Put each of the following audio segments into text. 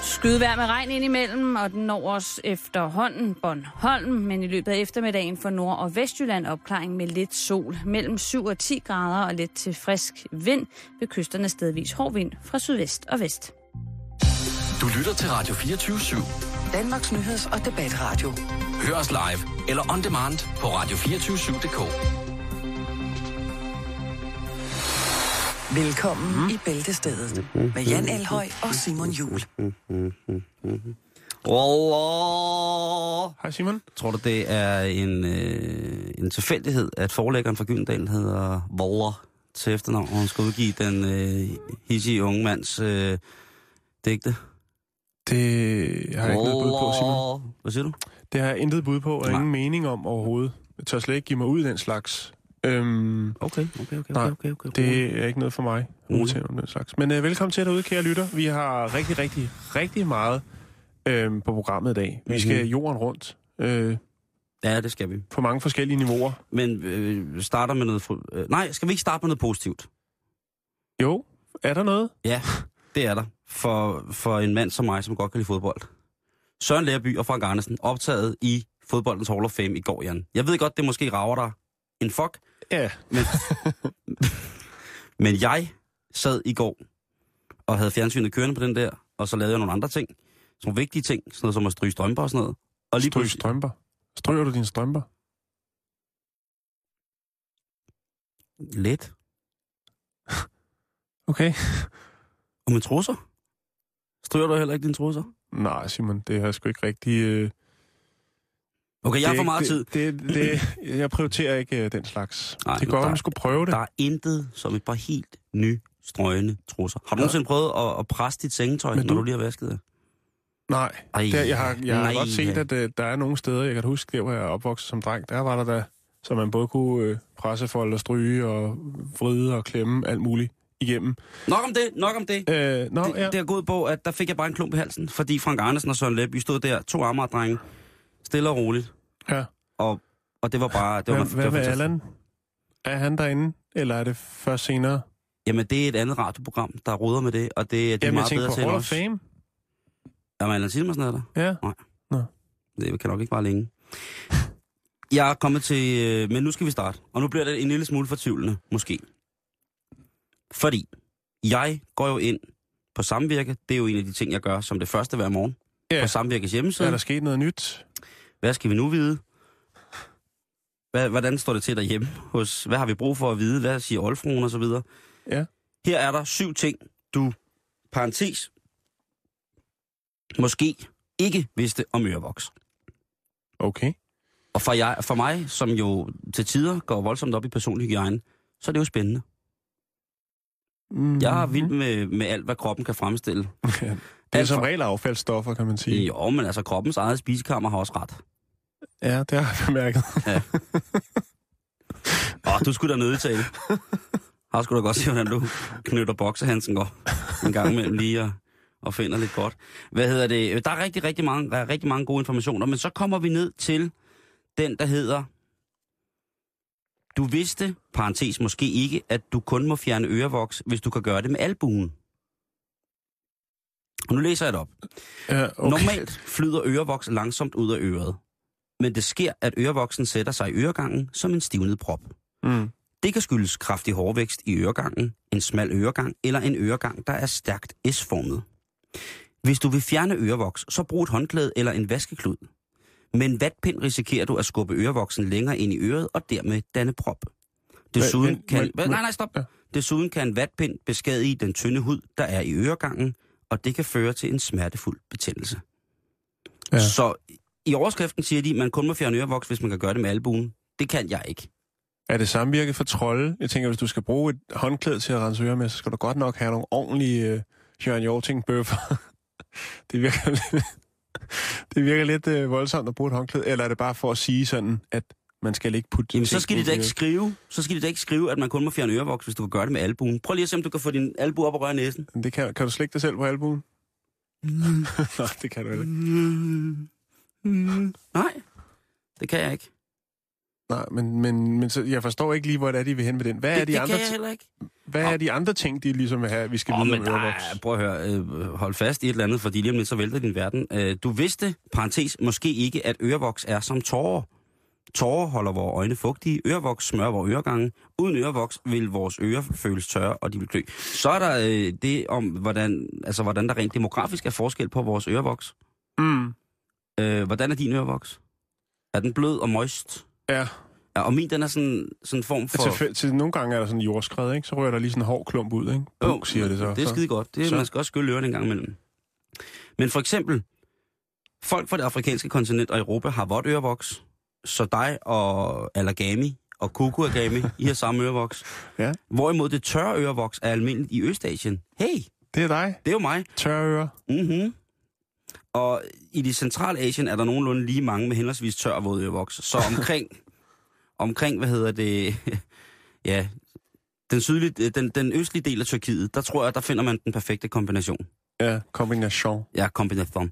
Skydevær med regn indimellem, og den når også efterhånden Bornholm, men i løbet af eftermiddagen for Nord- og Vestjylland opklaring med lidt sol. Mellem 7 og 10 grader og lidt til frisk vind ved kysterne stedvis hård vind fra sydvest og vest. Du lytter til Radio 24-7. Danmarks Nyheds- og Debatradio. Hør os live eller on demand på radio247.dk. Velkommen mm. i Bæltestedet med Jan Elhøj og Simon Jul. Wallah. Hej Simon. Tror du, det er en, øh, en tilfældighed, at forlæggeren fra Gyldendal hedder Waller til efternavn, og han skal udgive den øh, hissige unge mands øh, digte? Det har jeg ikke noget bud på, Simon. Wallah. Hvad siger du? Det har jeg intet bud på, og Nej. ingen mening om overhovedet. Jeg tør slet ikke give mig ud i den slags. Øhm, Okay, okay, okay, Nej, okay, okay, okay. Det er ikke noget for mig. Rolig. om den slags. Men øh, velkommen til derude, kære lytter. Vi har rigtig, rigtig, rigtig meget øh, på programmet i dag. Vi skal Mhm. jorden rundt øh, Ja, det skal vi. på mange forskellige niveauer. Men øh, starter med noget... Fru- øh, nej, skal vi ikke starte med noget positivt? Jo, er der noget? Ja, det er der. For, for en mand som mig, som godt kan lide fodbold. Søren Lærby og Frank Andersen optaget i fodboldens Hall of Fame i går, Jan. Jeg ved godt, det måske rager dig en fuck, Ja. men jeg sad i går og havde fjernsynet kørende på den der, og så lavede jeg nogle andre ting. Sådan nogle vigtige ting, sådan noget som at stryge strømper og sådan noget. Og lige Stryg pludselig... strømper. Stryger du dine strømper? Lidt. Okay. Og med trusser? Stryger du heller ikke dine trusser? Nej, Simon, det har jeg sgu ikke rigtig... Øh, Okay, jeg det har er for meget ikke, tid. Det, det, det, jeg prioriterer ikke øh, den slags. Nej, Nej, det nu går, at der- man skulle prøve det. Der er intet som et par helt nye strøgne trusser. Har du nogensinde prøvet at, at presse dit sengetøj, Men når du- du lige har vasket det? Nej, Ej, det, jeg har, jeg har nej, godt set, ja. at øh, der er nogle steder, jeg kan huske, der hvor jeg er opvokset som dreng, der var der da, så man både kunne øh, pressefolde og stryge og vride og klemme alt muligt igennem. Nok om det, nok om det. Øh, nå, det, ja. det er gået på, at der fik jeg bare en klump i halsen, fordi Frank Andersen og Søren Læby stod der, to ammerdrenge, stille og roligt, ja. og, og det var bare... Det var, Hvad, det var hvad med fantastisk. Allan? Er han derinde, eller er det først senere? Jamen, det er et andet radioprogram, der ruder med det, og det, det er Jamen, jeg meget tænker bedre på til end Hall of os. Fame. Jamen, Allan Silmersen er der. Ja. Det kan nok ikke være længe. Jeg er kommet til... øh, Men nu skal vi starte. Og nu bliver det en lille smule fortvivlende, måske. Fordi jeg går jo ind på Samvirke. Det er jo en af de ting, jeg gør som det første hver morgen. Ja. På Samvirkes Så hjemmeside. er der sket noget nyt? Hvad skal vi nu vide? Hvad, hvordan står det til derhjemme? Hos, hvad har vi brug for at vide? Hvad siger oldfruen og så videre? Ja. Her er der syv ting, du, parentes, måske ikke vidste om ørevoks. Okay. Og for, jeg, for mig, som jo til tider går voldsomt op i personlig hygiejne, så er det jo spændende. Mm. Jeg er vild med, med alt, hvad kroppen kan fremstille. Ja. Det er Alt som for- regel affaldsstoffer, kan man sige. Jo, men altså kroppens eget spisekammer har også ret. Ja, det har jeg bemærket. Åh, du skulle da nødtale. Har skulle da godt se, hvordan du knytter boksehansen går en gang imellem lige og, og finder lidt godt. Hvad hedder det? Der er rigtig, rigtig mange, der er rigtig mange gode informationer, men så kommer vi ned til den, der hedder... Du vidste, parentes måske ikke, at du kun må fjerne ørevoks, hvis du kan gøre det med albuen. Og nu læser jeg det op. Ja, Okay. Normalt flyder ørevoks langsomt ud af øret, men det sker, at ørevoksen sætter sig i øregangen som en stivnet prop. Mm. Det kan skyldes kraftig hårvækst i øregangen, en smal øregang eller en øregang, der er stærkt S-formet. Hvis du vil fjerne ørevoks, så brug et håndklæde eller en vaskeklud. Med en vatpind risikerer du at skubbe ørevoksen længere ind i øret og dermed danne prop. Desuden men- kan... men- Men, nej, nej, stop. Ja. Desuden kan en vatpind beskadige den tynde hud, der er i øregangen, og det kan føre til en smertefuld betændelse. Ja. Ja. Så i overskriften siger de, at man kun må fjerne ørevoks, hvis man kan gøre det med albuen. Det kan jeg ikke. Er det samvirke for trolde? Jeg tænker, hvis du skal bruge et håndklæde til at rense ører med, så skal du godt nok have nogle ordentlige øh, Jørgen Jorting bøffer. det virker lidt, det virker lidt øh, voldsomt at bruge et håndklæde. Eller er det bare for at sige sådan, at man skal ikke putte... Jamen, så ting skal ind de da i ikke øret? skrive, så skal de da ikke skrive, at man kun må fjerne ørevoks, hvis du kan gøre det med albuen. Prøv lige at se, om du kan få din albu op og røre næsen. Men Det kan, kan du slikke dig selv på albuen? Nej, det kan du heller ikke. Nej, det kan jeg ikke. Nej, men, men, men så, jeg forstår ikke lige, hvor det er, de vil hen med den. Hvad, det, er, det, de det andre, kan jeg heller ikke. hvad er de andre ting, de ligesom vil have, vi skal Åh, vide men om der Ørevoks? er, prøv at høre, øh, hold fast i et eller andet, fordi lige om lidt så vælter din verden. Øh, du vidste, parentes, måske ikke, at ørevoks er som tårer. Tårer holder vores øjne fugtige, ørevoks smører vores øregange. Uden ørevoks vil vores ører føles tørre, og de vil klø. Så er der øh, det om, hvordan, altså, hvordan der rent demografisk er forskel på vores ørevoks. Mm. Øh, hvordan er din ørevoks? Er den blød og moist? Ja, Ja, og min, den er sådan sådan en form for... til, til, nogle gange er der sådan en jordskred, ikke? Så rører der lige sådan en hård klump ud, ikke? Bum, siger det så. Det er skide godt. Det, Så- Man skal også skylle ørerne en gang imellem. Men for eksempel, folk fra det afrikanske kontinent og Europa har vådt ørevoks, så dig og Allergami og Kukuagami, I har samme ørevoks. Ja. Hvorimod det tørre ørevoks er almindeligt i Østasien. Hey, Det er dig. det er jo mig. Tørre ører. Mm-hmm. Og i det centrale Asien er der nogenlunde lige mange med henholdsvis tør og våd ørevoks. Så omkring, omkring hvad hedder det, ja, den, sydlige, den, den østlige del af Tyrkiet, der tror jeg, der finder man den perfekte kombination. Ja, kombination. Ja, kombination.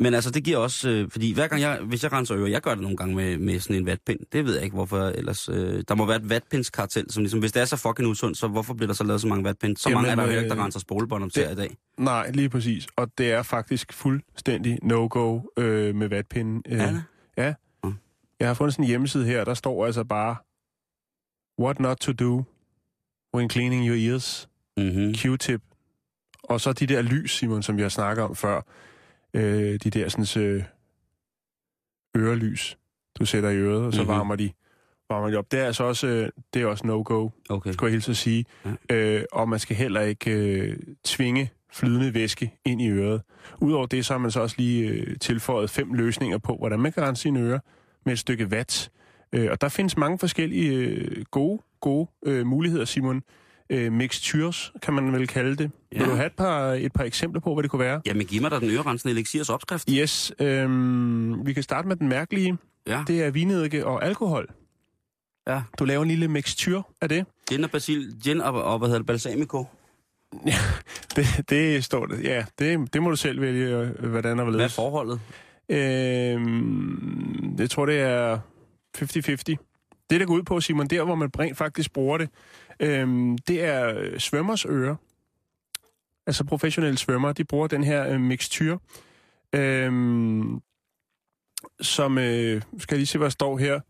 Men altså, det giver også, øh, fordi hver gang jeg, hvis jeg renser ører, jeg gør det nogle gange med, med sådan en vatpind. Det ved jeg ikke, hvorfor ellers. Øh, der må være et vatpindskartel, som ligesom, hvis det er så fucking usundt, så hvorfor bliver der så lavet så mange vatpind? Så Jamen, mange er Jamen, der jo heller ikke, der øh, renser spolebånd om det, i dag. Nej, lige præcis. Og det er faktisk fuldstændig no-go øh, med vatpinden. Øh, Er det? Ja. Mm. Jeg har fundet sådan en hjemmeside her, der står altså bare, what not to do when cleaning your ears, Mm-hmm. Q-tip. Og så de der lys, Simon, som jeg snakker om før. Øh, de der sådan, øh, ørelys, du sætter i øret, og så Mhm. mm-hmm. varmer, de, varmer de op. Det er altså også, øh, det er også no-go Okay. skulle jeg hilse at sige. Ja. Øh, og man skal heller ikke øh, tvinge flydende væske ind i øret. Udover det, så har man så også lige øh, tilføjet fem løsninger på, hvordan man kan rense sine ører med et stykke vat. Øh, og der findes mange forskellige øh, gode, gode øh, muligheder, Simon. Øh, mixtures, kan man vel kalde det. Ja. Vil Ja. du have et par, et par eksempler på, hvad det kunne være? Jamen, giv mig da den ørerensende elixirs opskrift. Yes, øh, vi kan starte med den mærkelige. Ja. Det er vinedike og alkohol. Ja. Du laver en lille mixture af det. Gin og basil, gin og, og hvad hedder det, balsamico. Det, det står det. Ja, det, det må du selv vælge, øh, hvordan Hvad er og hvorledes. forholdet? Øhm, jeg tror, det er 50-50. Det, der går ud på, Simon, der hvor man rent faktisk bruger det, øhm, det er øh, svømmers ører. Altså professionelle svømmer, de bruger den her øh, mixture, øhm, som, øh, skal jeg lige se, hvad der står her.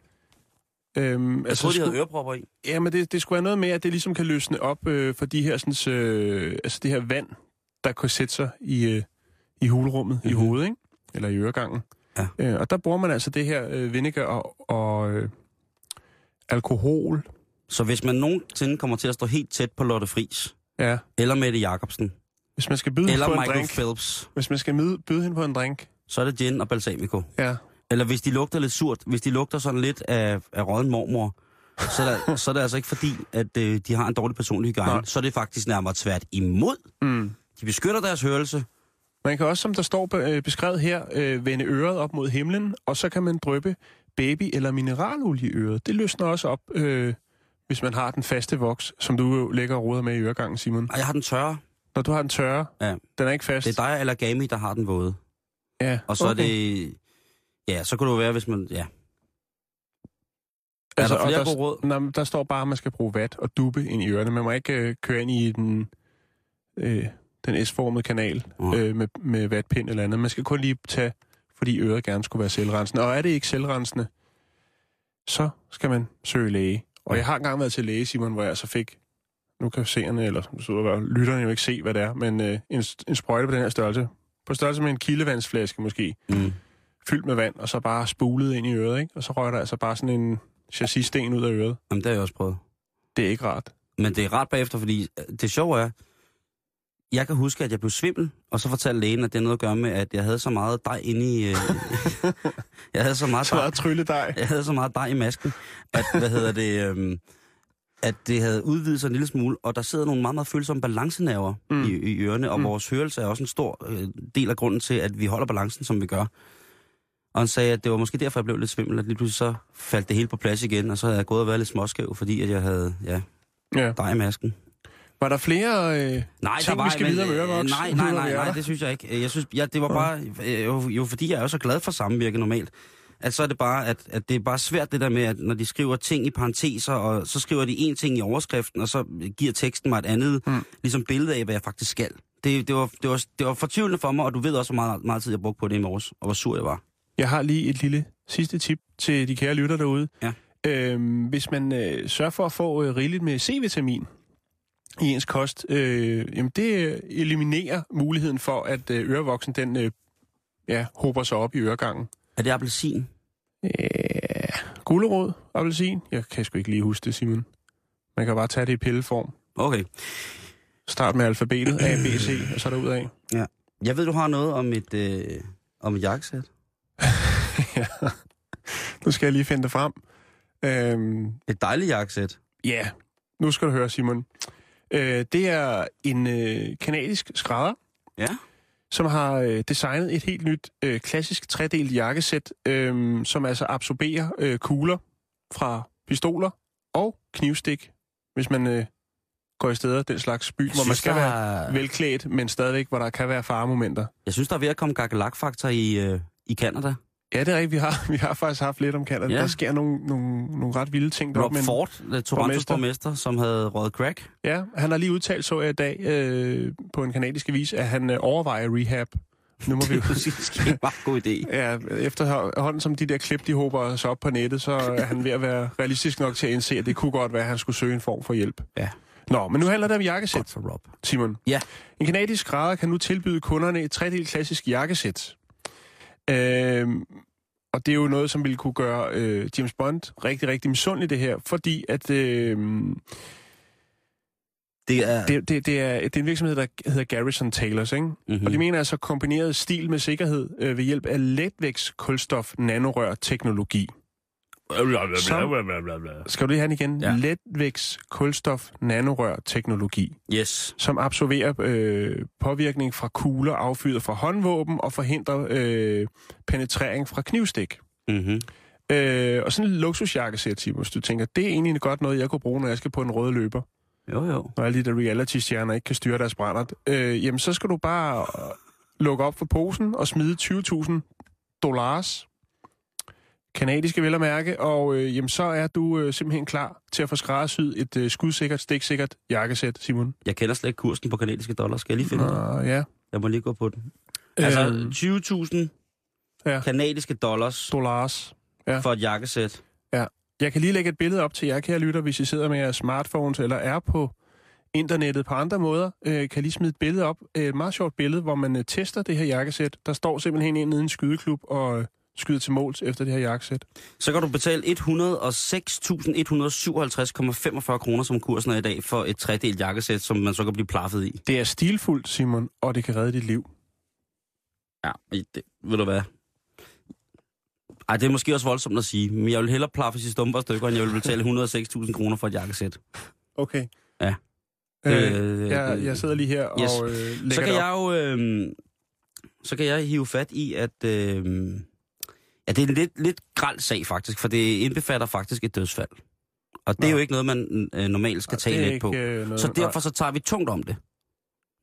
Øhm, Jeg troede, de sku- havde ørepropper i. Ja, men det, det skulle være noget med, at det ligesom kan løsne op øh, for de her, sådan, øh, altså det her vand, der kunne sætte sig i, øh, i hulrummet mm-hmm. i Mhm. hovedet, ikke? eller i øregangen. Ja. Øh, og der bruger man altså det her øh, vinegar og, og øh, alkohol. Så hvis man nogensinde kommer til at stå helt tæt på Lotte Friis, Ja. eller Mette Jacobsen, Hvis man skal byde hende eller på Mm, en Michael drink, Phelps, hvis man skal byde, byde hende på en drink, så er det gin og balsamico. ja, Eller hvis de lugter lidt surt, hvis de lugter sådan lidt af, af rådden mormor, så er, der, så er det altså ikke fordi, at øh, de har en dårlig personlig hygiejne. Nej. Så er det faktisk nærmere tvært imod. Mm. De beskytter deres hørelse. Man kan også, som der står be- øh, beskrevet her, øh, vende øret op mod himlen, og så kan man dryppe baby- eller mineralolie i øret. Det løsner også op, øh, hvis man har den faste voks, som du jo lægger og roder med i øregangen, Simon. Og jeg har den tørre. Når du har den tørre, Ja. den er ikke fast. Det er dig eller Gami, der har den våde. Ja, Og så okay. er det... Ja, så kunne det jo være, hvis man... Ja. Er der Altså, og flere der, gode råd? Nej, men der står bare, at man skal bruge vat og dube ind i ørerne. Man må ikke øh, køre ind i den, øh, den S-formede kanal Nej. øh, med, med vatpind eller andet. Man skal kun lige tage, fordi øret gerne skulle være selvrensende. Og er det ikke selvrensende, så skal man søge læge. Og jeg har engang været til læge, Simon, hvor jeg så fik, nu kan seerne, eller så sidder bare, lytterne jo ikke se, hvad det er, men øh, en, en sprøjte på den her størrelse. På størrelse med en kildevandsflaske måske, Mm. fyldt med vand, og så bare spulet ind i øret, ikke? Og så røg der altså bare sådan en chassissten ud af øret. Jamen, det har jeg også prøvet. Det er ikke rart. Men det er rart bagefter, fordi øh, det sjove er, jeg kan huske, at jeg blev svimmel, og så fortalte lægen, at det har noget at gøre med, at jeg havde så meget dej inde i... Øh, jeg havde så meget Så dej, meget trylle dig. jeg havde så meget dej i masken, at, hvad hedder det, øhm, at det havde udvidet sig en lille smule, og der sidder nogle meget, meget følsomme balancenerver mm. Mm. i, i ørerne, og mm. vores hørelse er også en stor øh, del af grunden til, at vi holder balancen, som vi gør. Og han sagde, at det var måske derfor, jeg blev lidt svimmel, at lige pludselig så faldt det hele på plads igen, og så havde jeg gået og været lidt småskæv, fordi at jeg havde ja, Ja. dej i masken. Var der flere... Øh... Nej, Tænk, der var, vi skal men, videre med øh, ørevoks. Nej, Nu nej, ved vi, nej, er nej, der. det synes jeg ikke. Jeg synes, ja, det var bare, øh, jo, jo fordi jeg er jo så glad for samvirke normalt, at så er det bare, at, at det er bare svært det der med, at når de skriver ting i parenteser, og så skriver de en ting i overskriften, og så giver teksten mig et andet mm. ligesom billede af, hvad jeg faktisk skal. Det, det, var, det, var, det var fortvivlende for mig, og du ved også, hvor meget, meget tid jeg brugte på det i morges, og hvor sur jeg var. Jeg har lige et lille sidste tip til de kære lytter derude. Ja. Øhm, hvis man øh, sørger for at få øh, rigeligt med C-vitamin i ens kost, øh, jamen det øh, eliminerer muligheden for, at øh, ørevoksen den øh, ja, hober sig op i øregangen. Er det appelsin? Øh, gulerod, appelsin. Jeg kan sgu ikke lige huske det, Simon. Man kan bare tage det i pilleform. Okay. Start med alfabetet, A, B, C, og så derudad. Jeg ved, du har noget om et, øh, om et jakkesæt. ja. Nu skal jeg lige finde det frem. Øhm, Et dejligt jakkesæt. Ja, nu skal du høre, Simon. Øh, det er en øh, kanadisk skrædder, Ja. som har øh, designet et helt nyt øh, klassisk tredelt jakkesæt, øh, som altså absorberer øh, kugler fra pistoler og knivstik, hvis man øh, går i steder den slags by, hvor man skal der, være velklædt, men stadigvæk, hvor der kan være faremomenter. Jeg synes, der er ved at komme gakkelakfaktor i, øh, i Canada. Ja, det er rigtigt. Vi har, vi har faktisk haft lidt om Canada. Ja. Ja. Der sker nogle, nogle, nogle ret vilde ting Rob deroppe. men- Ford, øh, Torontos borgmester. borgmester, som havde røget crack. Ja, han har lige udtalt, så jeg i dag øh, på en kanadisk avis, at han øh, overvejer rehab. Nu må vi jo... Det er en meget god idé. Ja, efterhånden som de der klip, de håber sig op på nettet, så er han ved at være realistisk nok til at indse, at det kunne godt være, at han skulle søge en form for hjælp. Ja. Nå, men nu handler det om jakkesæt, Godt for Rob. Simon. Ja. En kanadisk skrædder kan nu tilbyde kunderne et tredelt klassisk jakkesæt. Øhm, og det er jo noget, som ville kunne gøre øh, James Bond rigtig, rigtig misundelig det her, fordi at... Øh, Det er... det, det, det, er, det er en virksomhed, der hedder Garrison Tailors, ikke? Mm. mm-hmm. Og de mener altså kombineret stil med sikkerhed øh, ved hjælp af letvægtskulstof nanorør-teknologi. Skal du lige have den igen? Ja. Ja. Letvægtskulstof nanorør-teknologi, Yes. som absorberer øh, påvirkning fra kugler affyret fra håndvåben og forhindrer øh, penetrering fra knivstik. Mm-hmm. Øh, og sådan en luksusjakke, siger Tim, hvis du tænker, det er egentlig godt noget, jeg kunne bruge, når jeg skal på en rød løber. Jo, jo. når alle de der reality-stjerner ikke kan styre deres brændert, øh, jamen så skal du bare øh, lukke op for posen og smide 20.000 dollars, kanadiske vel at mærke, og øh, jamen så er du øh, simpelthen klar til at få skræddersyet et øh, skudsikkert, stiksikkert jakkesæt, Simon. Jeg kender slet ikke kursen på kanadiske dollars. Skal jeg lige finde den? Nå, ja. Jeg må lige gå på den. Altså, Altså, øh, 20.000 ja. kanadiske dollars dollars. Ja. for et jakkesæt. Jeg kan lige lægge et billede op til jer, kære lytter, hvis I sidder med jeres smartphones eller er på internettet på andre måder, øh, kan lige smide et billede op. Øh, Et meget sjovt billede, hvor man øh, tester det her jakkesæt. Der står simpelthen en nede i en skydeklub og øh, skyder til måls efter det her jakkesæt. Så kan du betale 106.157,45 kroner, som kursen er i dag, for et tredelt jakkesæt, som man så kan blive plaffet i. Det er stilfuldt, Simon, og det kan redde dit liv. Ja, i- det, ved du hvad? Ej, det er måske også voldsomt at sige, men jeg vil hellere plaffes i stumper og stykker, end jeg vil betale 106.000 kroner for et jakkesæt. Okay. Ja. Øh, Øh, jeg, jeg sidder lige her og Yes. øh, lægger så kan det op. jeg jo øh, så kan jeg hive fat i, at, øh, at det er en lidt, lidt græld sag faktisk, for det indbefatter faktisk et dødsfald. Og det er Nå. jo ikke noget, man øh, normalt skal Og det tage er let ikke, på. øh, noget- Så derfor så tager vi tungt om det.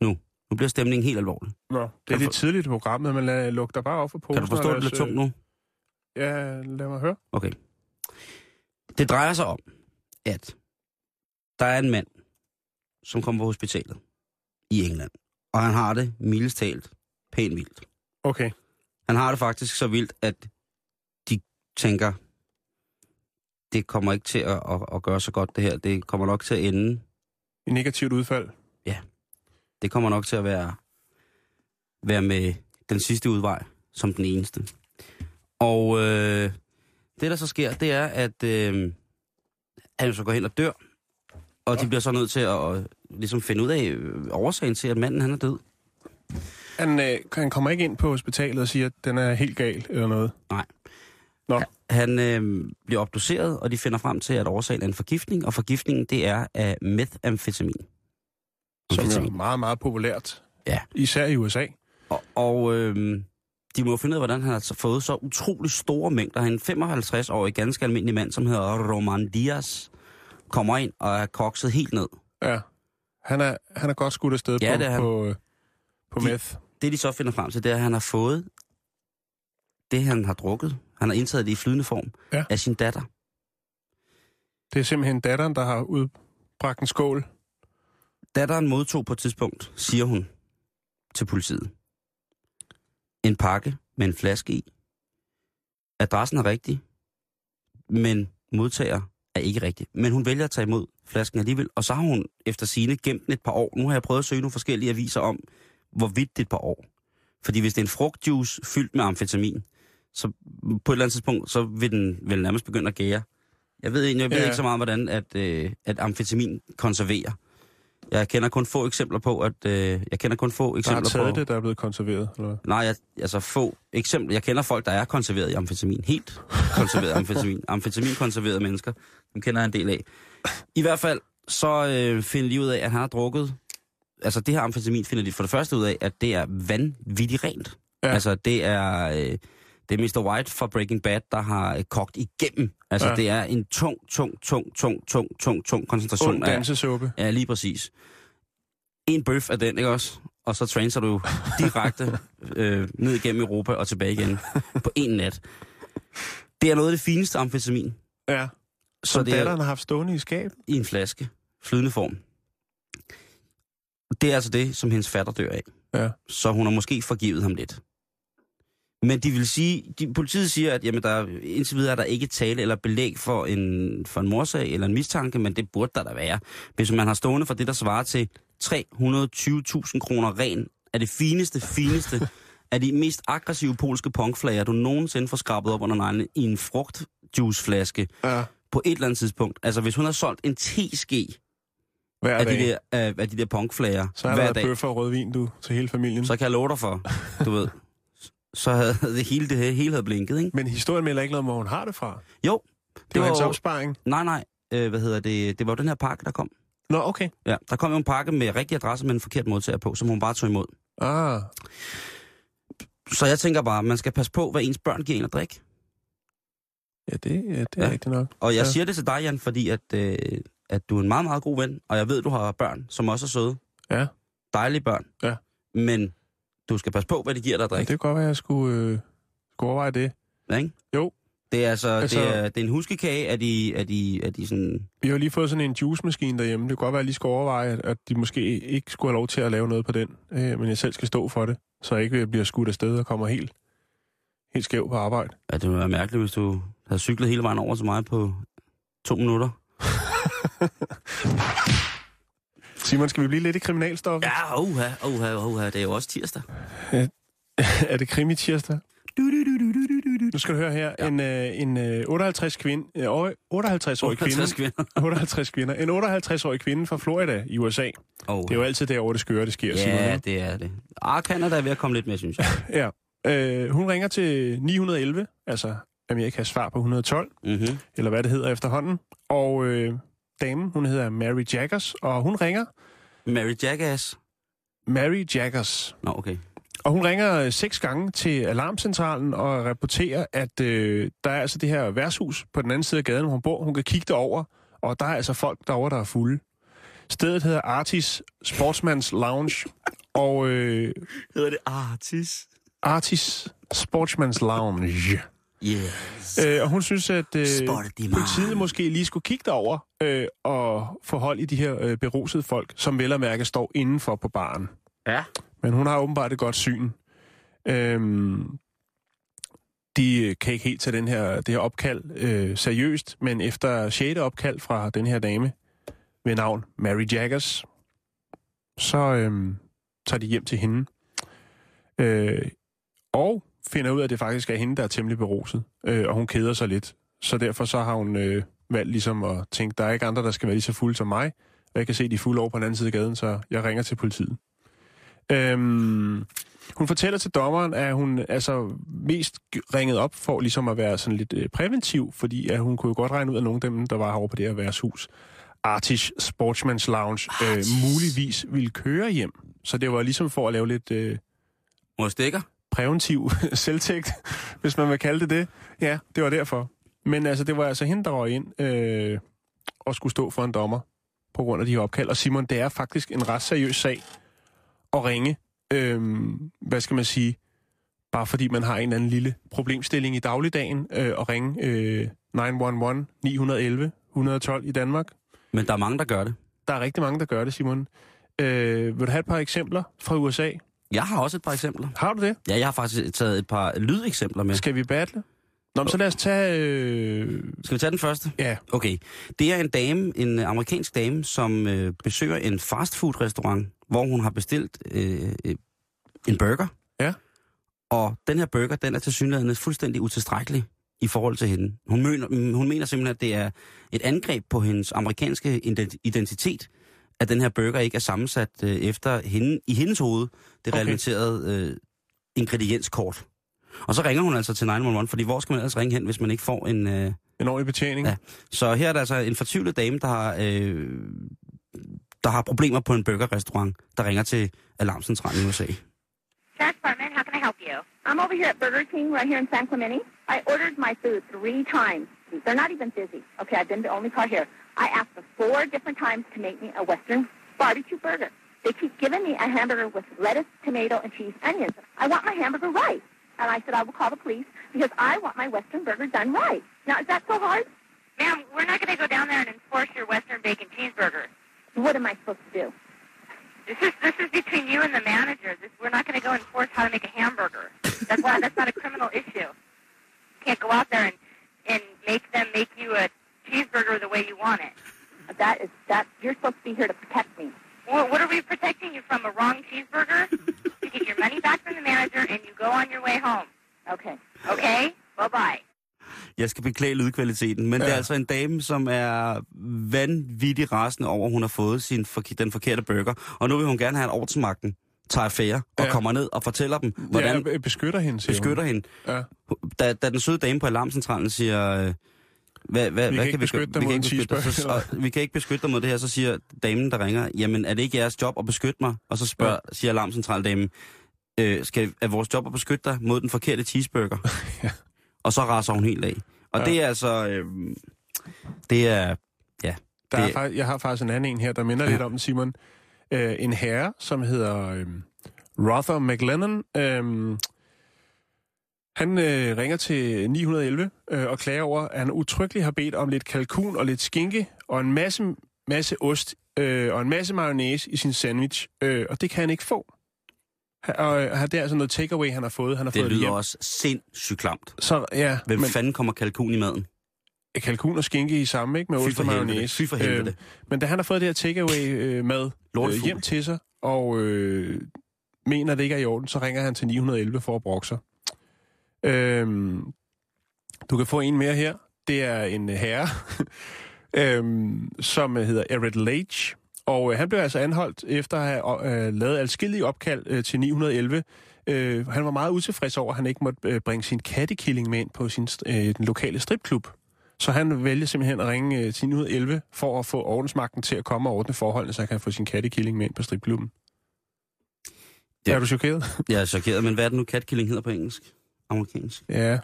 Nu. Nu bliver stemningen helt alvorlig. Nå, det er lidt tidligt i programmet, men lad, luk dig bare op for posen. Kan du forstå, og at det bliver lad os, øh, tungt nu? Ja, lad mig høre. Okay. Det drejer sig om, at der er en mand, som kommer på hospitalet i England, og han har det mildest talt pænt vildt. Okay. Han har det faktisk så vildt, at de tænker, det kommer ikke til at, at, at gøre så godt det her. Det kommer nok til at ende. Et negativt udfald. Det kommer nok til at være, være med den sidste udvej som den eneste. Og øh, det, der så sker, det er, at øh, han jo så går hen og dør. Og de bliver så nødt til at, at ligesom finde ud af øh, årsagen til, at manden han er død. Han, øh, han kommer ikke ind på hospitalet og siger, at den er helt gal eller noget. Han øh, bliver obduceret, og de finder frem til, at årsagen er en forgiftning, og forgiftningen det er af methamfetamin. Som jo er Amfetamin. meget, meget populært. Ja. Især i USA. Og, og øh, de må jo finde ud af, hvordan han har så fået så utrolig store mængder. Han er en 55-årig, ganske almindelig mand, som hedder Roman Dias, kommer ind og er kokset helt ned. Ja. Han er, han er godt skudt afsted Ja, på, det er han. på, øh, på De- meth. Det, de så finder frem til, det er, at han har fået det, han har drukket, han har indtaget det i flydende form, Ja. ja. af sin datter. Det er simpelthen datteren, der har udbragt en skål. Datteren modtog på et tidspunkt, siger hun til politiet, en pakke med en flaske i. Adressen er rigtig, men modtager er ikke rigtig. Men hun vælger at tage imod flasken alligevel, og så har hun efter sine gemt den et par år. Nu har jeg prøvet at søge nogle forskellige aviser om, hvorvidt det er et par år. Fordi hvis det er en frugtjuice fyldt med amfetamin, så på et eller andet tidspunkt, så vil den vel nærmest begynde at gære. Jeg ved, egentlig- jeg ved Ja. ja. ikke så meget om, hvordan at, øh, at amfetamin konserverer. Jeg kender kun få eksempler på, at... Øh, jeg kender kun få Der har eksempler taget på... det, der er blevet konserveret. Eller? hvad? Nej, jeg, altså få eksempler. Jeg kender folk, der er konserveret i amfetamin. Helt konserveret amfetamin. Amfetaminkonserverede mennesker. Dem kender jeg en del af. I hvert fald, så øh, finder de ud af, at han har drukket... Altså det her amfetamin finder de for det første ud af, at det er vanvittigt rent. Ja. Ja. Altså det er... Øh, det er Mr. White fra Breaking Bad, der har øh, kogt igennem. Altså Ja. ja. det er en tung, tung, tung, tung, tung, tung, tung koncentration Ond dansesuppe. Ja, lige præcis. En bøf af den, ikke også? Og så transer du direkte øh, ned igennem Europa og tilbage igen på en nat. Det er noget af det fineste amfetamin. Ja. Så Som det er datteren har haft stående i skab. i en flaske. Flydende form. Det er altså det, som hendes fatter dør af. Ja. Så hun har måske forgivet ham lidt. Men de vil sige, de, politiet siger, at jamen, der, er- indtil videre er der ikke tale eller belæg for en, for en morsag eller en mistanke, men det burde der da være. Hvis man har stående for det, der svarer til 320.000 kroner ren, er det fineste, fineste af de mest aggressive polske punkflager, du nogensinde får skrabet op under neglene i en frugtjuiceflaske Ja. på et eller andet tidspunkt, altså hvis hun har solgt en teske Hver af dag. de, der, øh, af, af de der punkflager Så har der hver været dag, bøffer og rødvin, du, til hele familien. så kan jeg love dig for, du ved, så havde det hele, det her, hele havde blinket, ikke? Men historien melder ikke noget om, hvor hun har det fra. Det, Jo, det var, var- hendes opsparing. nej, nej, øh, hvad hedder det, det var jo den her pakke, der kom. Nå, okay. Ja, der kom jo en pakke med rigtig adresse, men en forkert modtager på, som hun bare tog imod. Ah, Så jeg tænker bare, man skal passe på, hvad ens børn giver en at drikke. ja, det, ja, det er ja. Ja. rigtigt nok. Og jeg Ja. ja. siger det til dig, Jan, fordi at, øh, at du er en meget, meget god ven, og jeg ved, du har børn, som også er søde. Ja. Dejlige børn. Ja. Men du skal passe på, hvad de giver dig at Ja, det drikke. kan godt være, at jeg skulle, øh, skulle overveje det. Ja, ikke? Jo. Det er altså, Altså- altså... Det, er, det er en huskekage, at de, at de, at de sådan... Vi har jo lige fået sådan en juicemaskine derhjemme. Det kan godt være, at jeg lige skal overveje, at- at de måske ikke skulle have lov til at lave noget på den. Øh, men jeg selv skal stå for det, så jeg ikke bliver skudt afsted og kommer helt, helt skæv på arbejde. Ja, det ville være mærkeligt, hvis du havde cyklet hele vejen over til mig på to minutter. Simon, skal vi blive lidt i kriminalstoffet? Ja, oha, oha, oha, det er jo også tirsdag. er det krimi tirsdag? Nu skal du høre her. Ja. En, øh, en øh, 58 kvinde, øh, 58-årig kvinde, 68 kvinder. 58 kvinder, en 58-årig kvinde fra Florida i USA. Oh. Det er jo altid derovre, det skøre, det sker. Simon, Ja, ikke? det er det. Ah, Canada er ved at komme lidt med, synes jeg. ja. Øh, hun ringer til 911, altså Amerikas svar på 112. Mm-hmm. eller hvad det hedder efterhånden. Og øh, damen, hun hedder Mary Jaggers, og hun ringer Mary Jackass. Mary Jaggers. Nå, okay. Og hun ringer øh, seks gange til alarmcentralen og rapporterer, at øh, der er altså det her værtshus på den anden side af gaden, hvor hun bor. Hun kan kigge derover, og der er altså folk derover, der er fulde. Stedet hedder Artis Sportsman's Lounge, og øh, Hedder det Artis? Artis Sportsman's Lounge. Yes. Øh, og hun synes, at øh, Spotted de politiet man. måske lige skulle kigge derover øh, og få hold i de her øh, berusede folk, som vel og mærke står indenfor på baren. Ja. Men hun har åbenbart et godt syn. Øhm, de øh, kan ikke helt tage den her, det her opkald øh, seriøst, men efter 6. opkald fra den her dame ved navn Mary Jaggers, så øhm, tager de hjem til hende. Øh, og finder ud af, at det faktisk er hende, der er temmelig beruset. Øh, og hun keder sig lidt. Så derfor så har hun øh, valgt ligesom at tænke, der er ikke andre, der skal være lige så fulde som mig. Og jeg kan se, de er fulde over på den anden side af gaden, så jeg ringer til politiet. Øhm, hun fortæller til dommeren, at hun altså mest g- ringet op for ligesom at være sådan lidt øh, præventiv, fordi at hun kunne jo godt regne ud, at nogle af dem, der var herovre på det her værtshus, Artish Sportsman's Lounge, øh, muligvis ville køre hjem. Så det var ligesom for at lave lidt... Øh, Må jeg stikker? præventiv selvtægt, hvis man vil kalde det det. Ja, det var derfor. Men altså, det var altså hende, der røg ind øh, og skulle stå for en dommer på grund af de her opkald. Og Simon, det er faktisk en ret seriøs sag at ringe, øh, hvad skal man sige, bare fordi man har en eller anden lille problemstilling i dagligdagen, øh, og ringe øh, 911 911 112 i Danmark. Men der er mange, der gør det. Der er rigtig mange, der gør det, Simon. Øh, vil du have et par eksempler fra USA? Jeg har også et par eksempler. Har du det? Ja, jeg har faktisk taget et par lydeksempler med. Skal vi battle? Nå, men så lad os tage... Øh, Skal vi tage den første? ja, Okay. Det er en dame, en øh, amerikansk dame, som øh, besøger en fastfood-restaurant, hvor hun har bestilt øh, øh, en burger. Ja. Og den her burger, den er til synligheden fuldstændig utilstrækkelig i forhold til hende. Hun mener, hun mener simpelthen, at det er et angreb på hendes amerikanske ident- identitet, at den her burger ikke er sammensat øh, efter hende, i hendes hoved, det Okay. okay. relevanterede øh, ingredienskort. Og så ringer hun altså til 911, fordi hvor skal man ellers ringe hen, hvis man ikke får en... Øh, en ordentlig betjening. Ja. så her er der altså en fortvivlet dame, der har, øh, der har problemer på en burgerrestaurant, der ringer til Alarmcentralen i USA. Jack Bartman, how can I help you? I'm over here at Burger King right here in San Clemente. I ordered my food three times. They're not even busy. Okay, I've been the only car here. I asked them four different times to make me a Western barbecue burger. They keep giving me a hamburger with lettuce, tomato, and cheese onions. I want my hamburger right. And I said I will call the police because I want my Western burger done right. Now, is that so hard? Ma'am, we're not going to go down there and enforce your Western Bacon cheeseburger. What am I supposed to do? This is this is between you and the manager. This, we're not going to go enforce how to make a hamburger. That's not that's not a criminal issue. You can't go out there and and make them make you a cheeseburger the way you want it. That is that you're supposed to be here to protect me. What, what are we protecting you from? A wrong cheeseburger? you get your money back from the manager and you go on your way home. Okay. Okay? Bye bye. Jeg skal beklage lydkvaliteten, men ja. det er altså en dame, som er vanvittig rasende over, at hun har fået sin, forke- den forkerte burger. Og nu vil hun gerne have en ordensmagten, tager affære og Ja. ja. kommer ned og fortæller dem, hvordan Hvordan? Ja, øh, beskytter hende, siger hun. beskytter hende. Ja. Da, da den søde dame på Alarmcentralen siger... øh, Hvad, hvad, Vi kan hvad kan ikke vi, beskytte gøre? dig vi mod kan en ikke beskytte dig, så, cheeseburger, og, vi kan ikke beskytte dig mod det her, så siger damen, der ringer, jamen er det ikke jeres job at beskytte mig? Og så spørger, ja. siger alarmcentraldamen, øh, skal, er vores job at beskytte dig mod den forkerte cheeseburger? Ja. Og så raser hun helt af. Og Ja. ja. det er altså, øh, det er, ja. Der er, Det- fak- jeg har faktisk en anden en her, der minder ja. lidt om den, Simon. Øh, en herre, som hedder øh, Rother McLennan. Øh, han øh, ringer til 911 øh, og klager over, at han utryggeligt har bedt om lidt kalkun og lidt skinke og en masse, masse ost øh, og en masse mayonnaise i sin sandwich. Øh, og det kan han ikke få. Han, og, øh, det er altså noget takeaway, han har fået. Han har Det fået lyder hjem. også sindssygt klamt. Så, ja, Hvem men- Men... fanden kommer kalkun i maden? kalkun og skinke i samme, ikke? Med Fy ost og for helvede. mayonnaise. Fy for helvede. Øh, men da han har fået det her takeaway-mad øh, Lortefugl. hjem til sig, og øh, mener, det ikke er i orden, så ringer han til 911 for at brokke sig. Øhm, du kan få en mere her. Det er en øh, herre, øhm, som øh, hedder Eric Lage. Og øh, han blev altså anholdt efter at have øh, lavet adskillige opkald øh, til 911. Øh, han var meget utilfreds over, at han ikke måtte øh, bringe sin kattekilling med ind på sin, st- øh, den lokale stripklub. Så han vælger simpelthen at ringe øh, til 911 for at få ordensmagten til at komme og ordne forholdene, så han kan få sin kattekilling med ind på stripklubben. Ja. Ja. Er du chokeret? Jeg er chokeret, men hvad er det nu katkilling hedder på engelsk? Amerikansk? Ja.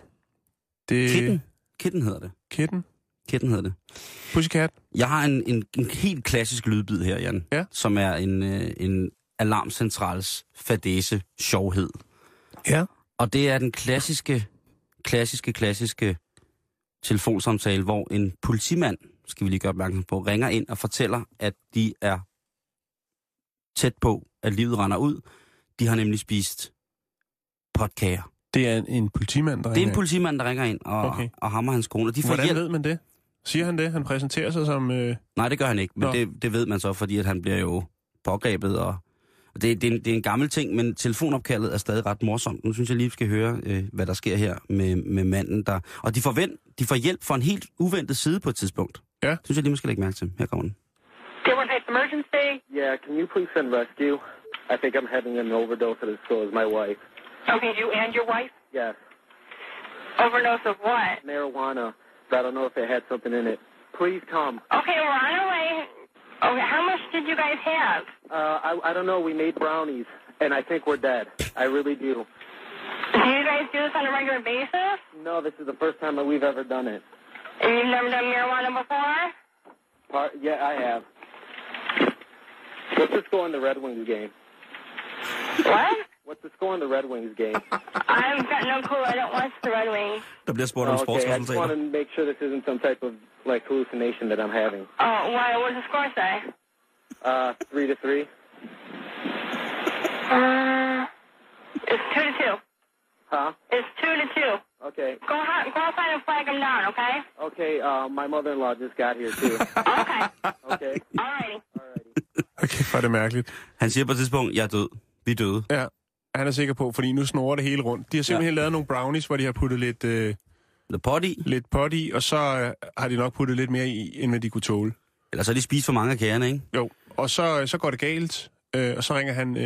Det... Kitten? Kitten hedder det. Kitten? Kitten hedder det. Pussycat? Jeg har en, en, en helt klassisk lydbid her, Jan, Ja. som er en, øh, en alarmcentrals fadese sjovhed. Ja. Og det er den klassiske, klassiske, klassiske telefonsamtale, hvor en politimand, skal vi lige gøre opmærksom på, ringer ind og fortæller, at de er tæt på, at livet render ud. De har nemlig spist potkager. Det er en, en politimand, der Det er ringer. en politimand, der ringer ind og, Okay. okay. og hammer hans kone. og De får Hvordan hjælp. ved man det? Siger han det? Han præsenterer sig som... Øh, Nej, det gør han ikke, Nå. men det, det ved man så, fordi at han bliver jo pågrebet, og og det, det, er en, det er en gammel ting, men telefonopkaldet er stadig ret morsomt. Nu synes jeg lige, vi skal høre, øh, hvad der sker her med, med manden, der... Og de får, ven, de får hjælp fra en helt uventet side på et tidspunkt. Ja. Det Synes jeg lige, man skal lægge mærke til. Her kommer den. Dearborn Heights Emergency. Yeah, can you please send rescue? I think I'm having an overdose at as so is my wife. Okay, you and your wife? Yes, Overdose of what? marijuana, but I don't know if it had something in it. Please come. Okay, we're on our way. Okay, how much did you guys have? Uh, I, I don't know. We made brownies, and I think we're dead. I really do. Do you guys do this on a regular basis? No, this is the first time that we've ever done it. And you've never done marijuana before? Par- yeah, I have. Let's just go on the Red Wings game. What? What's the score in the Red Wings game? I've got no clue. I don't watch the Red Wings. Der bliver spurgt om Oh, okay, I just want to sportsresultater. make sure this isn't some type of like hallucination that I'm having. Oh, why? What does the score say? Uh, three to three. Uh, it's two to two. Huh? It's two to two. Okay. Go hunt, go outside and flag them down, okay? Okay. Uh, my mother-in-law just got here too. Okay. Okay. Alrighty. Alrighty. Okay, for det mærkeligt. Han siger på et tidspunkt, jeg er død. Vi er døde. Ja, han er sikker på, fordi nu snorer det hele rundt. De har simpelthen ja. lavet nogle brownies, hvor de har puttet lidt, øh, The potty. lidt pot i, og så øh, har de nok puttet lidt mere i, end hvad de kunne tåle. Eller så har de spist for mange af kagerne, ikke? Jo, og så, så går det galt, øh, og så ringer han øh,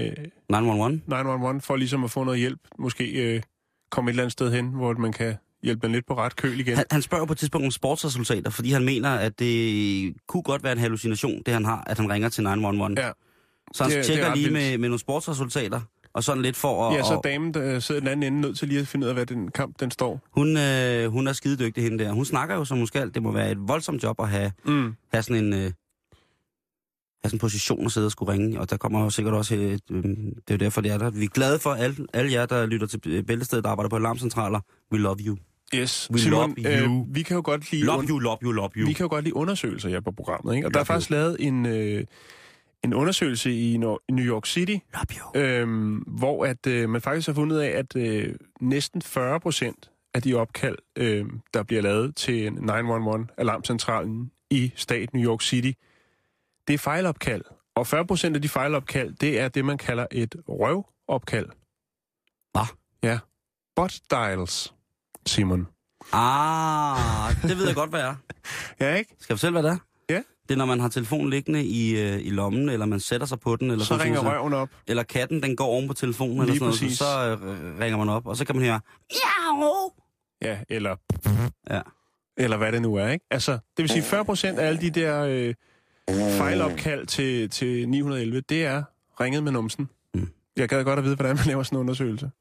911. 911 for ligesom at få noget hjælp. Måske øh, komme et eller andet sted hen, hvor man kan hjælpe dem lidt på ret køl igen. Han, han spørger på et tidspunkt om sportsresultater, fordi han mener, at det kunne godt være en hallucination, det han har, at han ringer til 911. Ja. Så han det, Det- det tjekker er det ret lige med, vildt. med nogle sportsresultater, og sådan lidt for at... Ja, så og- damen, der sidder i den anden ende, nødt til lige at finde ud af, hvad den kamp, den står. hun, øh, hun er skidedygtig, hende der. Hun snakker jo, som hun skal. Det må være et voldsomt job at have, Mm. have sådan en... Øh, have sådan en position at sidde og skulle ringe, og der kommer jo sikkert også, øh, øh, det er jo derfor, det er der. Vi er glade for alle, alle jer, der lytter til øh, Bæltestedet, der arbejder på alarmcentraler. We love you. Yes. øh, We love you. vi kan jo godt lide... Love you, love you, love you. Vi kan jo godt lide undersøgelser her på programmet, ikke? Og Love der er faktisk lavet en, øh, en undersøgelse i Nor- i New York City, Love you. øhm, hvor at øh, man faktisk har fundet ud af, at øh, næsten 40 procent af de opkald, øh, der bliver lavet til 911-alarmcentralen i stat New York City, det er fejlopkald. Og 40 procent af de fejlopkald, det er det, man kalder et røvopkald. Hva? Ja. Bot dials, Simon. Ah, det ved jeg godt, hvad er. Ja, ikke? Skal jeg fortælle, hvad det er? Ja. Det er, når man har telefonen liggende i, øh, i lommen, eller man sætter sig på den, eller, Så sådan ringer noget. røven op. eller katten, den går oven på telefonen, eller Lige sådan noget, præcis. så, så øh, ringer man op, og så kan man høre, Miau! Ja, eller... Ja. Eller hvad det nu er, ikke? Altså, det vil sige, 40 procent af alle de der øh, fejlopkald til, til 911, det er ringet med numsen. Mm. Jeg gad godt at vide, hvordan man laver sådan en undersøgelse.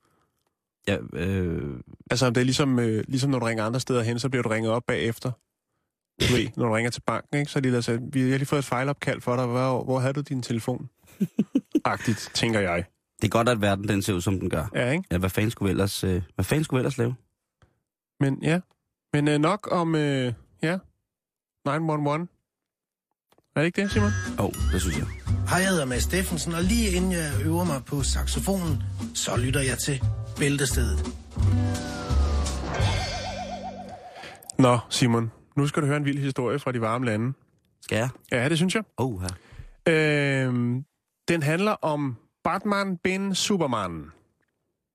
Ja, øh, Altså, om det er ligesom, øh, ligesom når du ringer andre steder hen, så bliver du ringet op bagefter. Du ved, når du ringer til banken, ikke? så er de der sagt, vi har lige fået et fejlopkald for dig, hvor, hvor havde du din telefon? Agtigt, tænker jeg. det er godt, at verden den ser ud, som den gør. Ja, ikke? Ja, hvad fanden skulle vi ellers, øh, hvad fanden skulle vi ellers lave? Men ja, men øh, nok om, øh, ja, 911. Er det ikke det, Simon? Åh, oh, det synes jeg. Hej, jeg hedder Mads Steffensen, og lige inden jeg øver mig på saxofonen, så lytter jeg til Bæltestedet. Nå, Simon, nu skal du høre en vild historie fra de varme lande. Skal jeg? Ja, det synes jeg. Oh, her. Øhm, den handler om Batman bin Superman.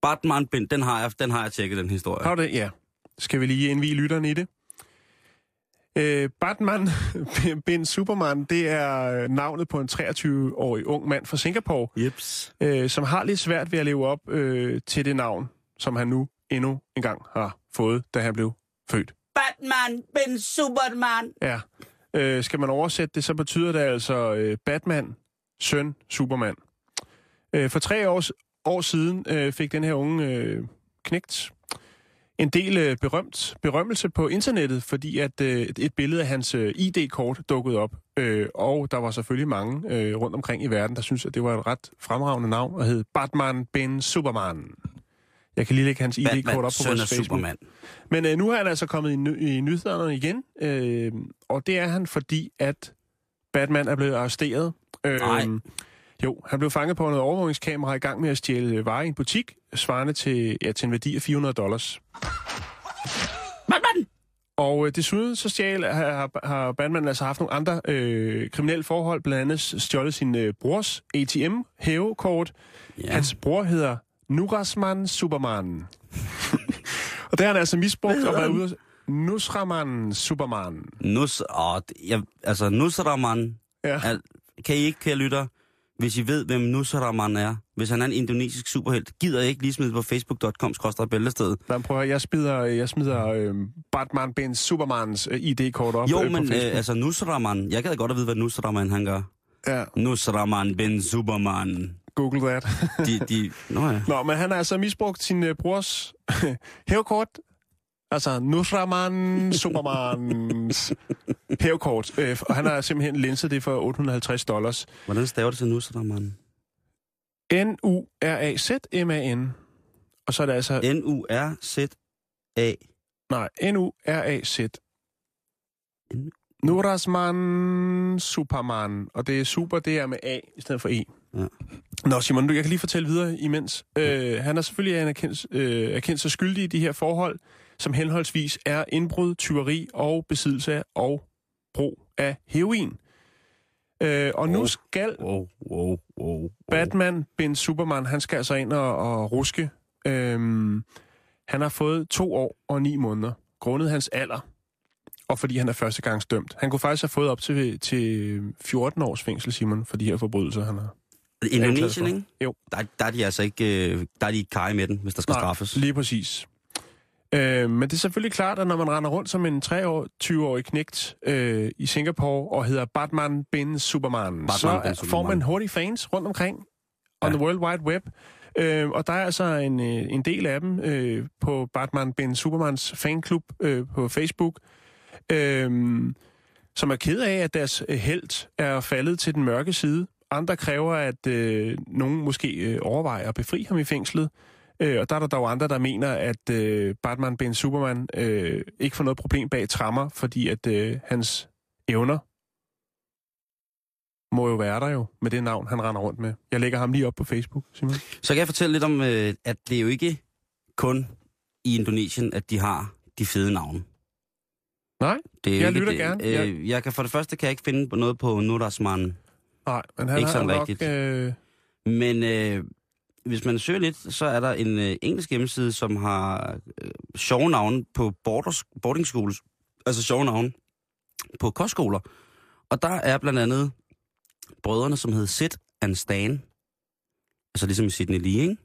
Batman Bind, den har jeg, den har jeg tjekket, den historie. Har du det? Ja. Skal vi lige indvige lytterne i det? Øh, Batman bin Superman, det er øh, navnet på en 23-årig ung mand fra Singapore, Jeps. øh, som har lidt svært ved at leve op øh, til det navn, som han nu endnu engang har fået, da han blev født. Batman Bind Superman. Ja. Øh, skal man oversætte det, så betyder det altså øh, Batman, søn, Superman. Øh, for tre år, år siden øh, fik den her unge øh, knægt en del øh, berømt, berømmelse på internettet, fordi at øh, et billede af hans øh, ID-kort dukkede op. Øh, og der var selvfølgelig mange øh, rundt omkring i verden, der synes at det var et ret fremragende navn, og hed Batman Ben Superman. Jeg kan lige lægge hans ID-kort op på Batman, vores søn af Facebook. Superman. Men øh, nu er han altså kommet i, ny- i nyhederne igen, øh, og det er han fordi, at Batman er blevet arresteret. Øh, Nej. Jo, han blev fanget på noget overvågningskamera i gang med at stjæle øh, varer i en butik, svarende til, ja, til en værdi af 400 dollars. Batman! Og øh, desuden så stjæl, har, har- har Batman altså haft nogle andre øh, kriminelle forhold, blandt andet stjålet sin øh, brors ATM-hævekort, Ja. Hans bror hedder Nurasman Superman. og det har han altså misbrugt og været ude Nusraman Superman. Nus, åh, det- jeg, altså Nusraman, Ja. al, kan I ikke, kære lytter, hvis I ved, hvem Nusraman er, hvis han er en indonesisk superhelt, gider I ikke lige smide på facebook.com bæltestedet. Nej, men prøv at høre, jeg smider, jeg smider øh, Batman Ben Supermans øh, ID-kort op Jo, øh, på men Facebook. øh, altså Nusraman, jeg gad godt at vide, hvad Nusraman han gør. ja, Nusraman Ben Superman. google that. De, de, nå ja. Nå, men han har altså misbrugt sin øh, brors hævekort. Altså Nusraman Supermans hævekort. Øh, og han har simpelthen linset det for 850 dollars. Hvordan staver det til Nusraman? N-U-R-A-Z-M-A-N. Og så er det altså... N-U-R-Z-A. Nej, N-U-R-A-Z. N- Nurasman Superman. Og det er super, det er med A i stedet for E. Ja. Nå, Simon, du, jeg kan lige fortælle videre imens. Øh, han har selvfølgelig anerkendt, øh, erkendt sig skyldig i de her forhold, som henholdsvis er indbrud, tyveri og besiddelse af og brug af heroin. Øh, og nu Wow. skal Wow, wow, wow. Batman bin Superman, han skal altså ind og, og ruske. Øhm, han har fået to år og ni måneder, grundet hans alder, og fordi han er førstegangsdømt. Han kunne faktisk have fået op til, til 14 års fængsel, Simon, for de her forbrydelser, han har. Indonesien, ikke? Jo. Der, der er de altså ikke, øh, der er de ikke kaj med den, hvis der skal Nej, straffes. Lige præcis. Øh, men det er selvfølgelig klart, at når man render rundt som en 23-årig knægt øh, i Singapore og hedder Batman bin Superman, Batman så bin er- Superman. får man hurtigt fans rundt omkring on Ja. the World Wide Web. Øh, og der er altså en, øh, en del af dem øh, på Batman bin Supermans fanklub øh, på Facebook, øh, som er ked af, at deres held er faldet til den mørke side. Andre kræver, at øh, nogen måske øh, overvejer at befri ham i fængslet. Øh, og der er der dog andre, der mener, at øh, Batman Ben Superman øh, ikke får noget problem bag trammer, fordi at øh, hans evner må jo være der jo, med det navn, han render rundt med. Jeg lægger ham lige op på Facebook, Simon. Så kan jeg fortælle lidt om, øh, at det er jo ikke kun i Indonesien, at de har de fede navne. Nej, det er jo jeg ikke lytter det. gerne. Øh, jeg kan for det første kan jeg ikke finde noget på Nurasman. Nej, men han Ikke har sådan nok... rigtigt. Øh, Men øh, hvis man søger lidt, så er der en øh, engelsk hjemmeside, som har øh, sjove navne på borders, boarding schools, altså sjove navne på kostskoler. Og der er blandt andet brødrene, som hedder Sid and Stan. Altså ligesom i Sydney Lee, ikke?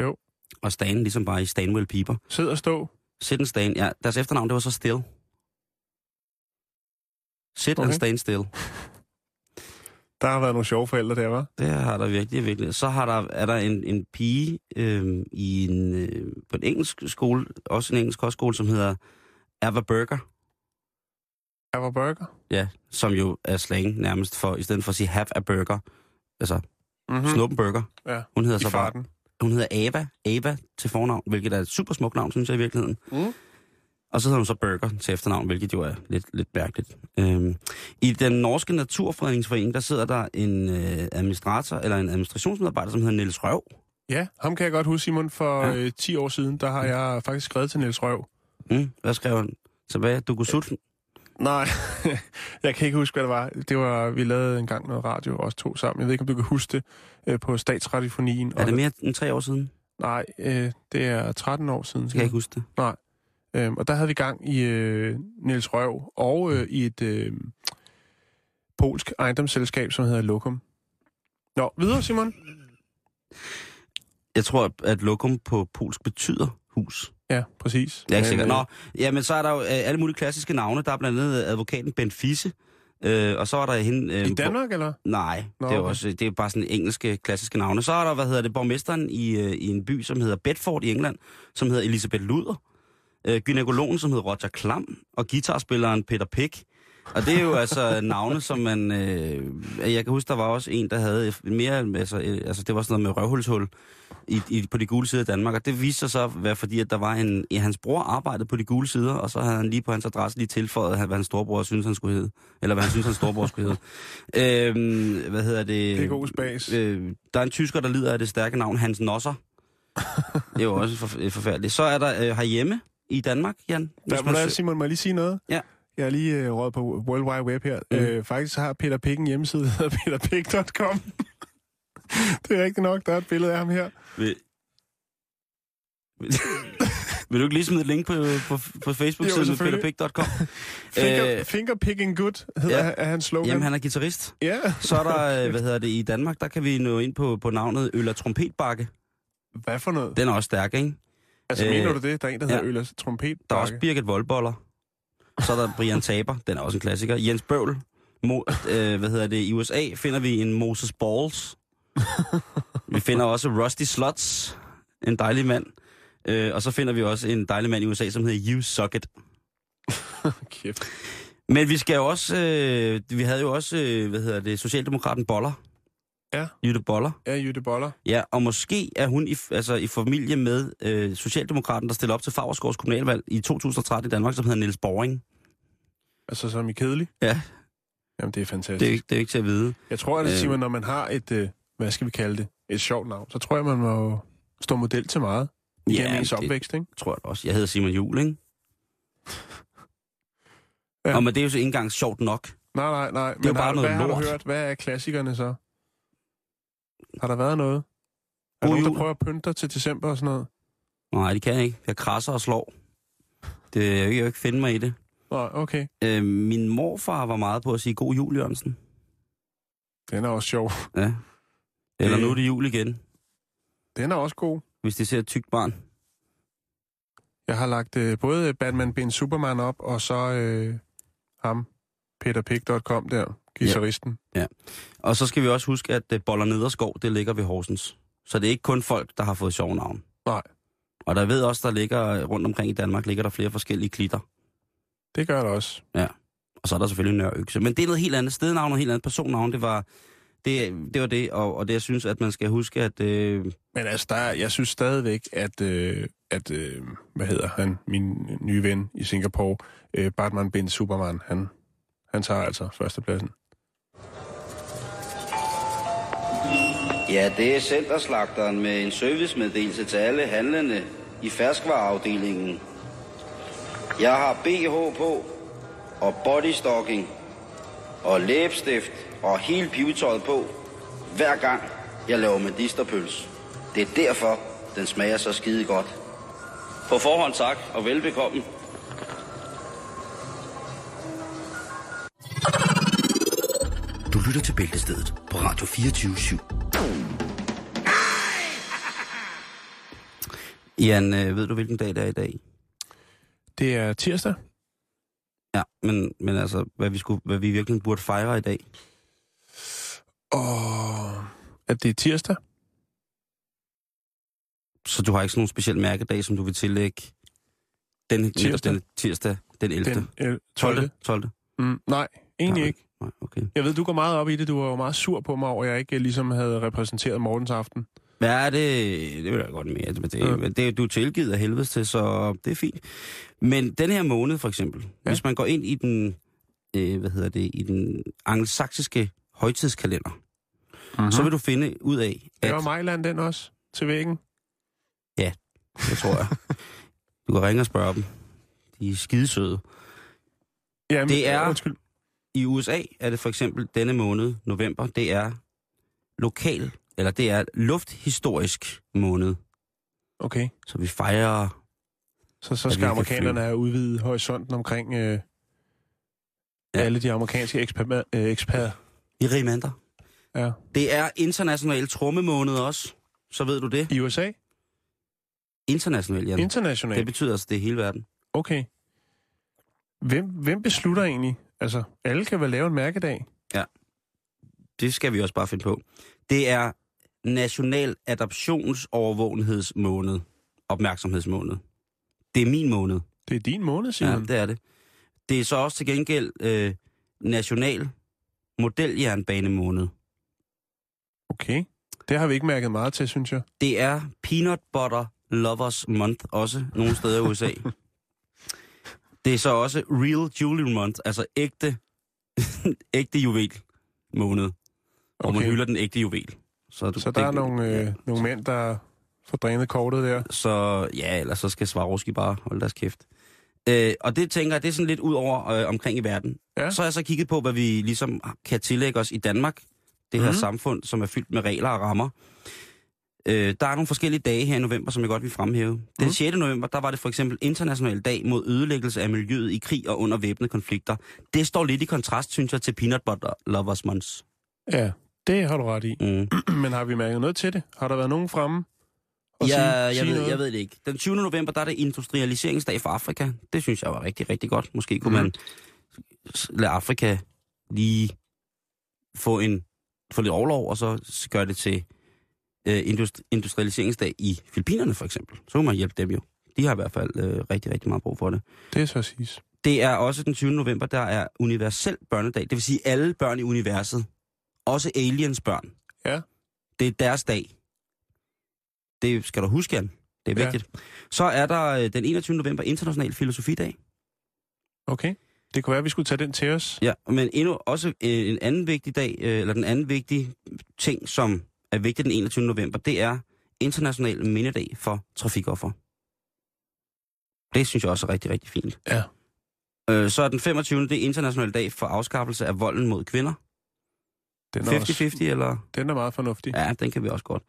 Jo. Og Stan, ligesom bare i Stanwell Piper. sid og stå. Sid and Stan, ja. Deres efternavn, det var så Still. Sid okay. and Okay. Stan Still. Der har været nogle sjove forældre der, var. Det har der virkelig, virkelig. Så har der, er der en, en pige øh, i en, øh, på en engelsk skole, også en engelsk kostskole, som hedder Ava Burger, Ava Burger. ja, som jo er slang nærmest for, i stedet for at sige have a burger, altså Mm-hmm. mm. snuppen burger. Ja, Hun hedder i så bare, farten. hun hedder Ava, Ava til fornavn, hvilket er et super smukt navn, synes jeg i virkeligheden. Mm. Og så hedder hun så Burger til efternavn, hvilket jo er lidt, lidt mærkeligt. Øhm, I den norske naturfredningsforening, der sidder der en øh, administrator, eller en administrationsmedarbejder, som hedder Niels Røv. Ja, ham kan jeg godt huske, Simon. For Ja. ja. øh, 10 år siden, der har jeg faktisk skrevet til Niels Røv. Mm, hvad skrev han? Tilbage, du kunne sutte. Nej, jeg kan ikke huske, hvad det var. Det var, vi lavede engang noget radio, os to sammen. Jeg ved ikke, om du kan huske det, øh, på statsradiofonien. Er det mere end tre år siden? Nej, øh, det er 13 år siden. Så kan jeg ikke huske det. Øhm, og der havde vi gang i øh, Niels Røv og øh, i et øh, polsk ejendomsselskab, som hedder Lokum. Nå, videre, Simon. Jeg tror, at lokum på polsk betyder hus. Ja, præcis. Jeg er ikke sikker. Men, øh, Nå, jamen så er der jo øh, alle mulige klassiske navne. Der er blandt andet advokaten Ben Fisse. Øh, og så er der hende... Øh, I Danmark, eller? Bo- nej, Nå, Nå, det, er jo okay. også, det er bare sådan engelske klassiske navne. Så er der, hvad hedder det, borgmesteren i, øh, i en by, som hedder Bedford i England, som hedder Elisabeth Luder. Øh, gynækologen, som hedder Roger Klam. Og guitarspilleren Peter Pick. Og det er jo altså navne, som man... Øh, jeg kan huske, der var også en, der havde mere... Altså, øh, altså det var sådan noget med røvhulshul i, i, på de gule sider af Danmark. Og det viste sig så at være fordi, at der var en... Ja, hans bror arbejdede på de gule sider, og så havde han lige på hans adresse lige tilføjet, hvad hans storebror synes, han skulle hedde. Eller hvad han synes, hans storebror skulle hedde. Øhm, hvad hedder det? Det er god spas. Øh, der er en tysker, der lider af det stærke navn Hans Nosser. det er jo også for, øh, forfærdeligt. Så er der øh, herhjemme i Danmark, Jan. Der, Hvis må man der, sø- Simon, må jeg lige sige noget? Ja. Jeg har lige øh, råd på World Wide Web her. Mm. Mm. Øh, faktisk har Peter Pick en hjemmeside, der hedder peterpick.com. det er rigtigt nok, der er et billede af ham her. Vil, vil, vil du ikke lige smide et link på, på, på Jo, Facebook-siden selvfølgelig. peterpick.com? Finger, Øh. øh, finger picking good hedder Ja. ja. er hans slogan. Øh, Jamen, han er gitarrist. Ja. Så er der, øh, hvad hedder det, i Danmark, der kan vi nå ind på, på navnet Øl og Trompetbakke. Hvad for noget? Den er også stærk, ikke? Altså, Øh, øh, mener du det? Der er en, der hedder ja. ja. Øllers Trompet. Der er også Birgit Voldboller. Så er der Brian Taber, den er også en klassiker. Jens Bøvl, Mo, øh, hvad hedder det, i USA finder vi en Moses Balls. Vi finder også Rusty Slots, en dejlig mand. Øh, og så finder vi også en dejlig mand i USA, som hedder Hugh Socket. Kæft. Men vi skal jo også, øh, vi havde jo også, øh, hvad hedder det, Socialdemokraten Boller. Ja. Jytte Boller. Ja, Jytte Boller. Ja, og måske er hun i, altså, i familie med øh, Socialdemokraten, der stiller op til Favreskårds kommunalvalg i 2013 i Danmark, som hedder Niels Boring. Altså, som i kedelig. Ja, Jamen, det er det er, fantastisk. jo ikke- det er jo ikke til at vide. Jeg tror, at Øh. det siger, når man har et, øh, hvad skal vi kalde det, et sjovt navn, så tror jeg, man må stå model til meget. Gennem ens det opvækst, ikke? tror jeg da også. Jeg hedder Simon Juhl, ikke? Ja. Ja. Og men det er jo så ikke engang sjovt nok. Nej, nej, nej. Det jo bare noget hvad har lort. du hørt? Hvad er klassikerne så? Har der været noget? Er der God nogen, jul. der prøver at pynte dig til december og sådan noget? Nej, det kan jeg ikke. Jeg krasser og slår. Det, jeg kan jo ikke finde mig i det. Nå, okay. Øh, min morfar var meget på at sige god jul, Jørgensen. Den er også sjov. Ja. Eller Øh. nu er det jul igen, Den er også god. hvis de ser et tykt barn. Jeg har lagt øh, både Batman Ben Superman op, og så øh, ham, peterpik.com der, guitaristen. Og så skal vi også huske, at øh, Boller Nederskov, det ligger ved Horsens. Så det er ikke kun folk, der har fået sjove navn. Nej, Og der ved også, der ligger øh, rundt omkring i Danmark, ligger der flere forskellige klitter. det gør det også. Og så er der selvfølgelig Nørre Økse. Men det er noget helt andet. Stednavn og helt andet personnavn, det var det, det, var det og, og det, jeg synes, at man skal huske, at... Øh, Men altså, der, er- jeg synes stadigvæk, at, øh, at øh, hvad hedder han, min nye ven i Singapore, øh, Batman Ben Superman, han, han tager altså førstepladsen. Ja, det er Centerslagteren med en servicemeddelelse til alle handlende i ferskvareafdelingen. Jeg har BH på og bodystocking og læbestift og hele pivetøjet på, hver gang jeg laver medisterpøls. Det er derfor, den smager så skide godt. På forhånd tak og velbekomme. Du lytter til Bæltestedet på Radio 24 /7. Jan, øh, ved du, hvilken dag det er i dag? Det er tirsdag. Ja, men, men altså, hvad vi, skulle, hvad vi virkelig burde fejre i dag. Og at det er tirsdag? Så du har ikke sådan nogen speciel mærkedag, som du vil tillægge den netop Tirsdag. Den, tirsdag, den 11. Den Den el- 12. 12. Mm, nej, egentlig Nej. ikke. Nej, okay. Jeg ved, du går meget op i det. Du var jo meget sur på mig over, at jeg ikke øh, ligesom havde repræsenteret Mortens aften. Hvad er det? Det vil jeg godt med. Det, Ja. det, det, du er tilgivet af helvedes til, så det er fint. Men den her måned for eksempel, ja. Ja. hvis man går ind i den, øh, hvad hedder det, i den angelsaksiske højtidskalender, uh-huh. så vil du finde ud af, at... Det var Mejland den også, til væggen. det tror jeg. Du kan ringe og spørge dem. De er skidesøde. Jamen, Det er- Undskyld. I USA er det for eksempel denne måned, november, det er lokal, eller det er lufthistorisk måned. Okay, Så vi fejrer så, så At vi skal kan amerikanerne have udvidet horisonten omkring øh, Ja. ja. alle de amerikanske eksper... Øh, eksper i rimanter. ja. Det er international trommemåned også. Så ved du det. I USA? International, Jan. Det Internationalt? betyder altså, det er hele verden. Okay. Hvem, hvem beslutter egentlig? Altså, alle kan vel lave en mærkedag? Det skal vi også bare finde på. Det er national adoptionsovervågenhedsmåned. Opmærksomhedsmåned. Det er min måned. Det er din måned, siger Ja, ja, det... det er det. Det er så også til gengæld øh, national modeljernbanemåned. Okay. Det har vi ikke mærket meget til, synes jeg. Det er Peanut Butter Lovers Month også, nogle steder i USA. det er så også Real Jewelry Month, altså ægte, ægte juvel måned, hvor man hylder den ægte juvel. Så, du, Så der er det- nogle, øh, ja. nogle mænd, der får drænet kortet der. Så ja, ellers så skal Swarovski bare holde deres kæft. Øh, og det tænker jeg, det er sådan lidt ud over øh, omkring i verden. Ja. Så har jeg så kigget på, hvad vi ligesom kan tillægge os i Danmark. Det her mm. Mhm. samfund, som er fyldt med regler og rammer. Øh, der er nogle forskellige dage her i november, som jeg godt vil fremhæve. Den Mhm. 6. november, der var det for eksempel International Dag mod ødelæggelse af miljøet i krig og under væbnede konflikter. Det står lidt i kontrast, synes jeg, til Peanut Butter Lovers Month. Ja, det har du ret i. Mm. Men har vi mærket noget til det? Har der været nogen fremme? Ja, og sige- jeg, sige ved, noget? jeg ved det ikke. Den 20. november, der er det industrialiseringsdag for Afrika. Det synes jeg var rigtig, rigtig godt. Måske kunne mm. Mhm. man s- lade Afrika lige få, en, få lidt overlov, og så s- gøre det til øh, indust- industrialiseringsdag i Filippinerne, for eksempel. Så kunne man hjælpe dem jo. De har i hvert fald øh, rigtig, rigtig meget brug for det. Det er så siges. Det er også den 20. november, der er universel børnedag. Det vil sige alle børn i universet. Også aliens børn. Ja. Det er deres dag. Det skal du huske, Jan. Det er Ja. vigtigt. Ja. Så er der øh, den 21. november International Filosofidag. Okay. Det kunne være, at vi skulle tage den til os. Ja, men endnu også øh, en anden vigtig dag, øh, eller den anden vigtige ting, som er vigtig den 21. november, det er International Mindedag for Trafikoffer. Det synes jeg også er rigtig, rigtig fint. Ja. Øh, så er den 25. det er International Dag for afskaffelse af volden mod kvinder. Den er, også, 50-50, eller? den er meget fornuftig. Ja, den kan vi også godt.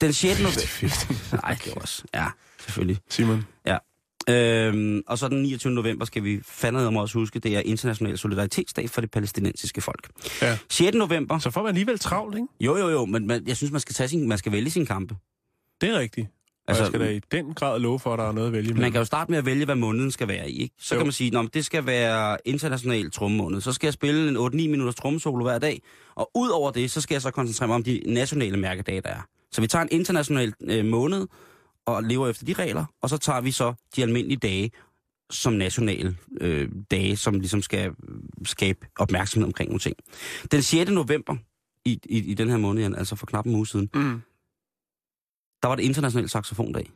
Den 6. november... 50-50. Nej, det er også... Ja, selvfølgelig. Simon. Øhm, og så den 29. november skal vi fandme om også huske, det er International Solidaritetsdag for det palæstinensiske folk. Ja. 6. november... Så får man alligevel travlt, ikke? Jo, jo, jo, men man, jeg synes, man skal, tage sin, man skal vælge sin kampe. Det er rigtigt. Og Altså, altså, jeg skal da i den grad love for, at der er noget at vælge Man kan jo starte med at vælge, hvad måneden skal være i. Ikke? Så jo. Jo. kan man sige, at det skal være international trummemåned. Så skal jeg spille en 8-9 minutters trummesolo hver dag. Og ud over det, så skal jeg så koncentrere mig om de nationale mærkedage, der er. Så vi tager en international øh, måned og lever efter de regler. Og så tager vi så de almindelige dage som nationale øh, dage, som ligesom skal øh, skabe opmærksomhed omkring nogle ting. Den 6. november i, i, i den her måned, Jan, altså for knap en uge siden, Mm. der var det international saxofondag.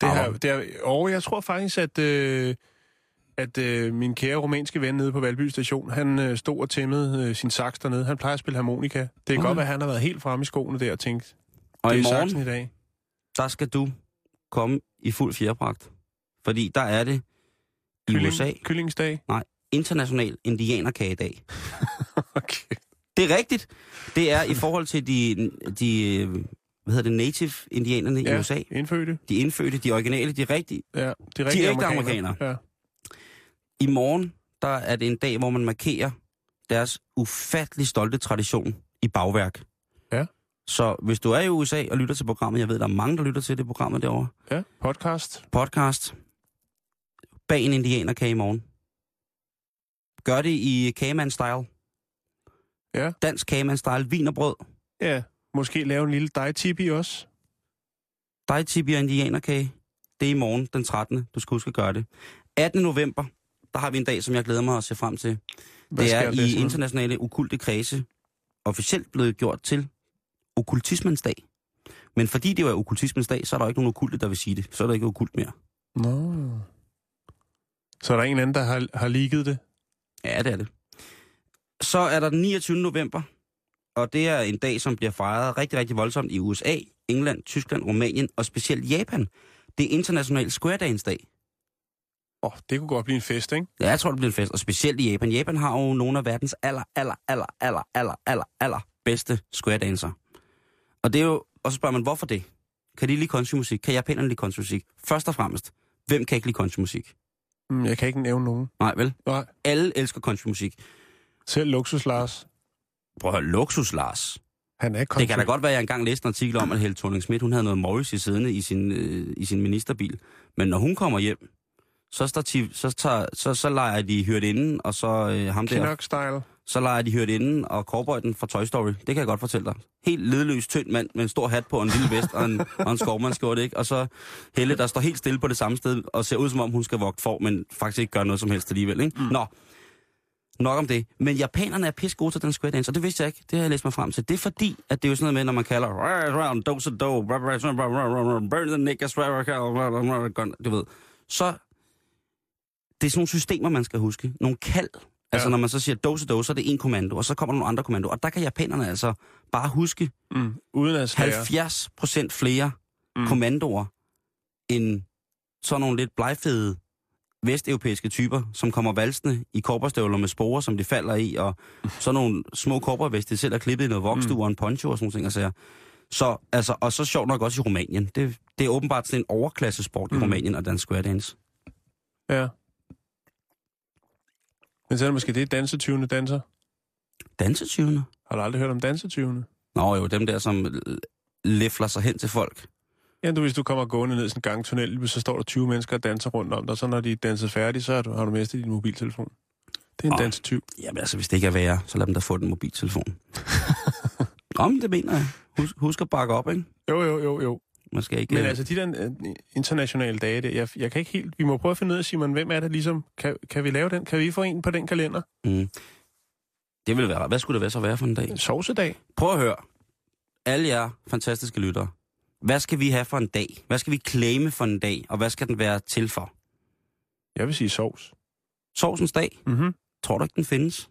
Det her, Au. det her, og jeg tror faktisk, at, øh, at øh, min kære romanske ven nede på Valby Station, han øh, stod og tæmmede øh, sin sax dernede. Han plejer at spille harmonika. Det kan Okay. godt være, at han har været helt fremme i skoene der og tænkt, Og det i er morgen, saxen i dag. der skal du komme i fuld fjerdragt. Fordi der er det i USA Kyllingsdag. international indianerkagedag. Okay. Det er rigtigt. Det er i forhold til de, de øh, hvad hedder det, native indianerne ja. i USA. indfødte. De indfødte, de originale, de rigtige. Ja, det er De er rigtige ægte Ja. I morgen, der er det en dag, hvor man markerer deres ufattelig stolte tradition i bagværk. Ja. Så hvis du er i USA og lytter til programmet, jeg ved, der er mange, der lytter til det programmet derovre, ja, podcast. podcast. Bag en indianerkage i morgen. Gør det i kagemand-style. Ja. Dansk kagemand-style. Vin og brød. Ja, måske lave en lille dejtibi også. Dig, Tibi, og indianerkage. Det er i morgen, den 13. Du skal huske at gøre det. 18. november, der har vi en dag, som jeg glæder mig at se frem til. Hvad Det er sker der i sådan? internationale okulte kredse officielt blevet gjort til okkultismens dag. Men fordi det var okkultismens dag, så er der jo ikke nogen okulte, der vil sige det. Så er der ikke okkult mere. Nå. Så er der en eller anden, der har, har ligget det. Ja, det er det. Så er der den 29. november, og det er en dag, som bliver fejret rigtig, rigtig voldsomt i USA, England, Tyskland, Rumænien og specielt Japan. Det er International Square Dance dag. Åh, oh, det kunne godt blive en fest, ikke? Ja, jeg tror, det bliver en fest, og specielt i Japan. Japan har jo nogle af verdens aller, aller, aller, aller, aller, aller, aller bedste square dancer. Og det er jo, og så spørger man, hvorfor det? Kan de lide countrymusik? Kan japanerne lide countrymusik? Først og fremmest, hvem kan ikke lide countrymusik? Mm, jeg kan ikke nævne nogen. Nej, vel? Nej. Alle elsker countrymusik. Selv Luksus Lars. Prøv at høre, luksus, Lars. Han er Det kan da godt være, at jeg engang læste en artikel om, at Helle thorning Schmidt, hun havde noget Morris i siddende i sin, øh, i sin ministerbil. Men når hun kommer hjem, så, stativ, så, tager, så, så leger de hørt inden, og så øh, ham der, Kinnock style. så leger de hørt inden, og cowboyden fra Toy Story. Det kan jeg godt fortælle dig. Helt ledløs, tynd mand med en stor hat på, og en lille vest og en, og en skovmandskjorte, ikke? Og så Helle, der står helt stille på det samme sted, og ser ud som om, hun skal vogte for, men faktisk ikke gør noget som helst alligevel, ikke? Mm. Nå, Nok om det. Men japanerne er pisse gode til den square dance, og det vidste jeg ikke. Det har jeg læst mig frem til. Det er fordi, at det er jo sådan noget med, når man kalder round, dose do, burn the niggas, du ved. Så det er sådan nogle systemer, man skal huske. Nogle kald. Altså Ja. når man så siger dose do, så er det en kommando, og så kommer der nogle andre kommando. Og der kan japanerne altså bare huske Mm. Uden at slære. 70 procent flere Mm. mm. kommandoer end sådan nogle lidt blegfede vesteuropæiske typer, som kommer valsende i korporstøvler med sporer, som de falder i, og sådan nogle små korporveste, de selv har klippet i noget voksdue og en poncho og sådan nogle ting. og sager. Så, altså, og så sjovt nok også i Rumænien. Det, det er åbenbart sådan en overklassesport i Mm. Rumænien og dansk square dance. Ja. Men så er det måske det, dansetyvene danser. Dansetyvene? Har du aldrig hørt om dansetyvene? Nå jo, dem der, som l- læfler sig hen til folk. Ja, du, hvis du kommer gående ned i sådan en gangtunnel, så står der 20 mennesker og danser rundt om dig. Så når de er danset færdige, så har du, har du mistet din mobiltelefon. Det er en Åh. dansetyv. Jamen altså, hvis det ikke er værre, så lad dem da få den mobiltelefon. Om det mener jeg. Husk, husk at bakke op, ikke? Jo, jo, jo, jo. Man skal ikke... Men altså, de der øh, internationale dage, der, jeg, jeg kan ikke helt... Vi må prøve at finde ud af, Simon, hvem er det ligesom... Kan, kan vi lave den? Kan vi få en på den kalender? Mm. øh, Det ville være, hvad skulle det være så være for en dag? En sovsedag. Prøv at høre. Alle jer fantastiske lyttere. Hvad skal vi have for en dag? Hvad skal vi claime for en dag? Og hvad skal den være til for? Jeg vil sige sovs. Sovsens dag? Mm-hmm. Tror du ikke, den findes?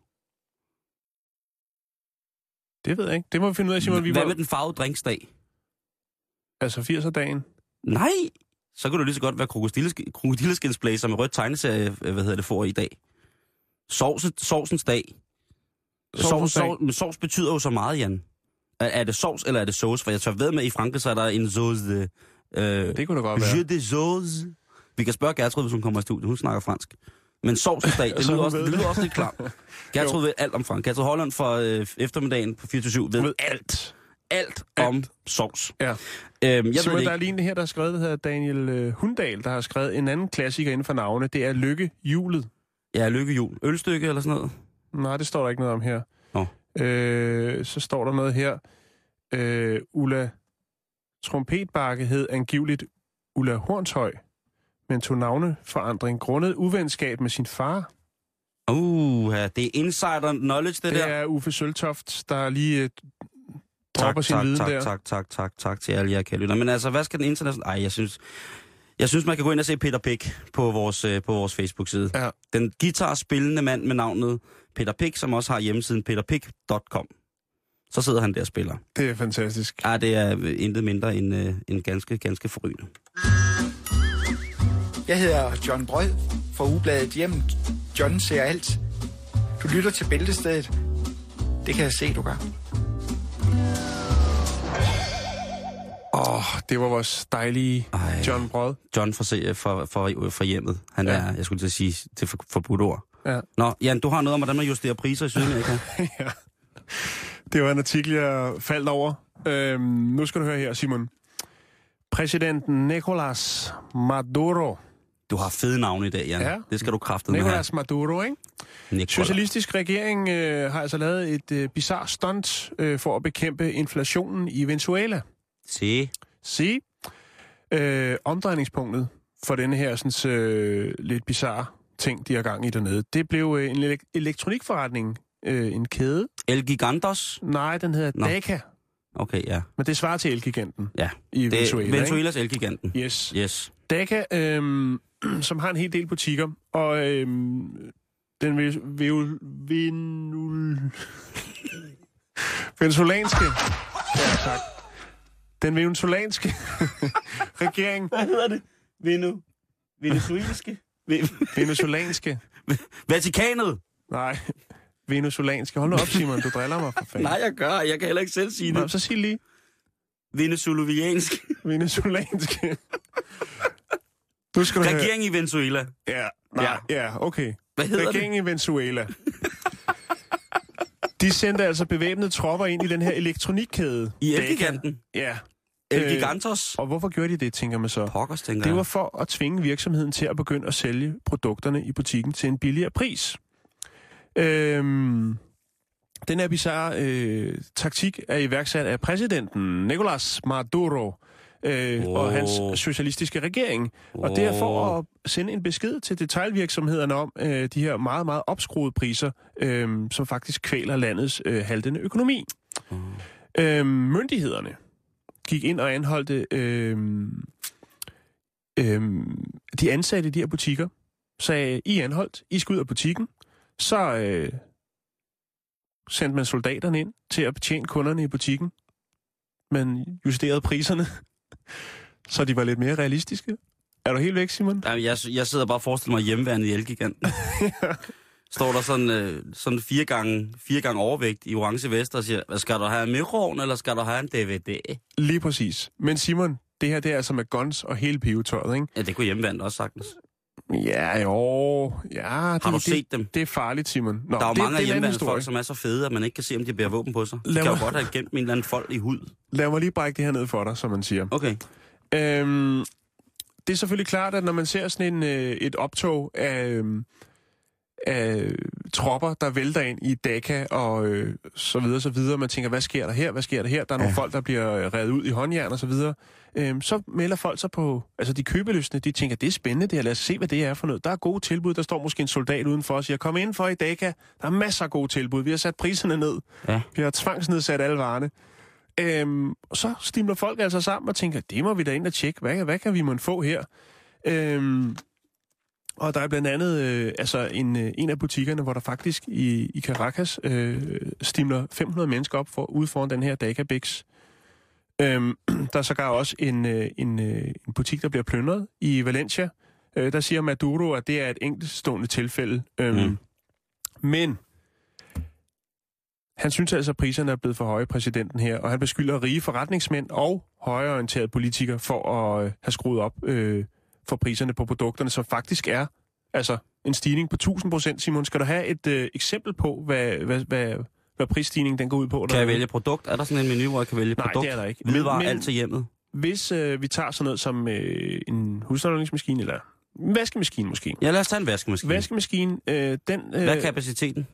Det ved jeg ikke. Det må vi finde ud af, Simon. Vi Hvad må... med den farvede drinksdag? Altså 80'er-dagen. Nej! Så kan du lige så godt være krokodillesk- krokodilleskindsblæser som rødt tegneserie, øh, hvad hedder det, får i dag. Sovse, sovsens dag. Sovs, Sovsdag. sov, men sovs betyder jo så meget, Jan. Er, er det sovs, eller er det sauce? For jeg tør ved med, at i Frankrig, så er der en sauce de... Øh, Det kunne da godt je være. de sauce. Vi kan spørge Gertrud, hvis hun kommer i studiet. Hun snakker fransk. Men sovsens dag, det, Så lyder hun også, ved det det. lyder også lidt klam. Gertrud ved alt om Frank. Gertrud Holland fra øh, eftermiddagen på 24 ved alt. alt om sovs. Ja. Øhm, jeg Jeg ved Simon, det der er ikke. lige en her, der har skrevet, der hedder Daniel øh, Hundal, der har skrevet en anden klassiker inden for navne. Det er Lykke Julet. Ja, lykkehjul. Ølstykke eller sådan noget. Nej, det står der ikke noget om her. Nå. Øh, så står der noget her. Øh, Ulla Trompetbakke hed angiveligt Ulla Hornshøj, men tog navneforandring grundet uvenskab med sin far. Uh, det er insider knowledge, det, Det der. er Uffe Søltoft, der lige øh, tak, dropper sin tak, viden tak, der. tak, tak, tak, tak til alle jer kære Men altså, hvad skal den internationale... Ej, jeg synes... Jeg synes, man kan gå ind og se Peter Pick på vores, øh, på vores Facebook-side. Ja. Den guitarspillende mand med navnet Peter Pick, som også har hjemmesiden peterpick.com. Så sidder han der og spiller. Det er fantastisk. Ah, det er øh, intet mindre end, øh, end ganske, ganske forrygende. Jeg hedder John Brød fra Ugebladet Hjem. John ser alt. Du lytter til Bæltestedet. Det kan jeg se, du gør. Åh, oh, det var vores dejlige Ej. John Brød. John fra, se- fra, fra, fra hjemmet. Han Ja. ja. er, jeg skulle til at sige, det er for, forbudt ord. Ja. Nå, Jan, du har noget om, hvordan man justerer priser i Sydamerika. ja. Det var en artikel, jeg faldt over. Øhm, nu skal du høre her, Simon. Præsidenten Nicolas Maduro. Du har fede navne i dag, Jan. Ja. Ja. Det skal du kraftedeme have. Nicolas Maduro, ikke? Nicolas. Socialistisk regering øh, har altså lavet et øh, bizarre stunt øh, for at bekæmpe inflationen i Venezuela. Se. Se. Øh, omdrejningspunktet for denne her sådan, øh, lidt bizarre ting, de har gang i dernede, det blev øh, en elek- elektronikforretning. Øh, en kæde. El Gigantos. Nej, den hedder Nå. Daka. Okay, ja. Men det svarer til Elgiganten Ja. i Det Venezuela. er ikke? Venezuelas Elgiganten. Yes. Yes. Daka, øhm, som har en hel del butikker, og øhm, den vil, vil, venul, venezolanske... Ja, tak. Den venezolanske regering... Hvad hedder det? Venu. Venezuelske. Venezolanske... Vatikanet! Nej, venezolanske... Hold nu op, Simon, du driller mig for fanden. Nej, jeg gør. Jeg kan heller ikke selv sige Nå, det. så sig lige Venezueliansk. venezolanske... Du skal du høre... Regering i Venezuela. Ja, nej, ja, okay. Hvad hedder det? Regeringen i Venezuela. De sendte altså bevæbnede tropper ind i den her elektronikkæde. I Elgiganten. Ja. El Øh, Gigantos. Og hvorfor gjorde de det, tænker man så? Pokkers, tænker Det var jeg. for at tvinge virksomheden til at begynde at sælge produkterne i butikken til en billigere pris. Øhm, den her bizarre øh, taktik er iværksat af præsidenten Nicolas Maduro øh, oh. og Åh. hans socialistiske regering. Og det er for at sende en besked til detailvirksomhederne om øh, de her meget, meget opskruede priser, øh, som faktisk kvæler landets øh, haltende økonomi. Mm. Øh, myndighederne gik ind og anholdte øh, øh, de ansatte i de her butikker, sagde, I er anholdt, I skal ud af butikken. Så øh, sendte man soldaterne ind til at betjene kunderne i butikken. Man justerede priserne, så de var lidt mere realistiske. Er du helt væk, Simon? Jamen, jeg, jeg sidder bare og forestiller mig hjemmeværende i Elgiganten. Står der sådan, øh, sådan fire, gange, fire gange overvægt i orange vest og siger, "Hvad, skal du have en mikroovn, eller skal du have en DVD? Lige præcis. Men Simon, det her det er altså med guns og hele pivetøjet, ikke? Ja, det kunne hjemmeværende også sagtens. Ja, jo. Ja, det, Har du det, set dem? Det er farligt, Simon. Nå, Der er jo det, mange det er en af anden hjemmeværende historie. folk, som er så fede, at man ikke kan se, om de bærer våben på sig. De Lad kan jo mig- godt have gemt en eller anden fold i hud. Lad mig lige brække det her ned for dig, som man siger. Okay. Øhm, det er selvfølgelig klart, at når man ser sådan en, øh, et optog af, øhm, af tropper, der vælter ind i Dhaka og øh, så videre, så videre. Man tænker, hvad sker der her? Hvad sker der her? Der er nogle Ja. folk, der bliver øh, revet ud i håndjern og så videre. Øhm, så melder folk sig på, altså de købeløsne, de tænker, det er spændende det her, lad os se, hvad det er for noget. Der er gode tilbud, der står måske en soldat udenfor og siger, kom indenfor i Dhaka, der er masser af gode tilbud, vi har sat priserne ned, Ja. vi har tvangsnedsat alle varerne. Øhm, og så stimler folk altså sammen og tænker, det må vi da ind og tjekke, hvad, hvad kan vi må få her? Øhm, og der er blandt andet øh, altså en, øh, en af butikkerne, hvor der faktisk i, i Caracas øh, stimler 500 mennesker op for, ude foran den her Dagabix. Øhm, der er sågar også en, øh, en, øh, en butik, der bliver plyndret i Valencia. Øh, der siger Maduro, at det er et enkeltstående tilfælde. Øhm, mm. Men han synes altså, at priserne er blevet for høje, præsidenten her, og han beskylder rige forretningsmænd og højreorienterede politikere for at øh, have skruet op øh, for priserne på produkterne, som faktisk er altså en stigning på 1000 procent. Simon, skal du have et øh, eksempel på, hvad, hvad, hvad, hvad prisstigningen den går ud på? Kan jeg vælge produkt? Er der sådan en menu, hvor jeg kan vælge Nej, produkt? det er der ikke. Hvidvarer, Men- alt til hjemmet. Hvis øh, vi tager sådan noget som øh, en husholdningsmaskine eller en vaskemaskine måske. Ja, lad os tage en vaskemaskine. Vaskemaskinen, øh, den... Øh, Hvad er kapaciteten?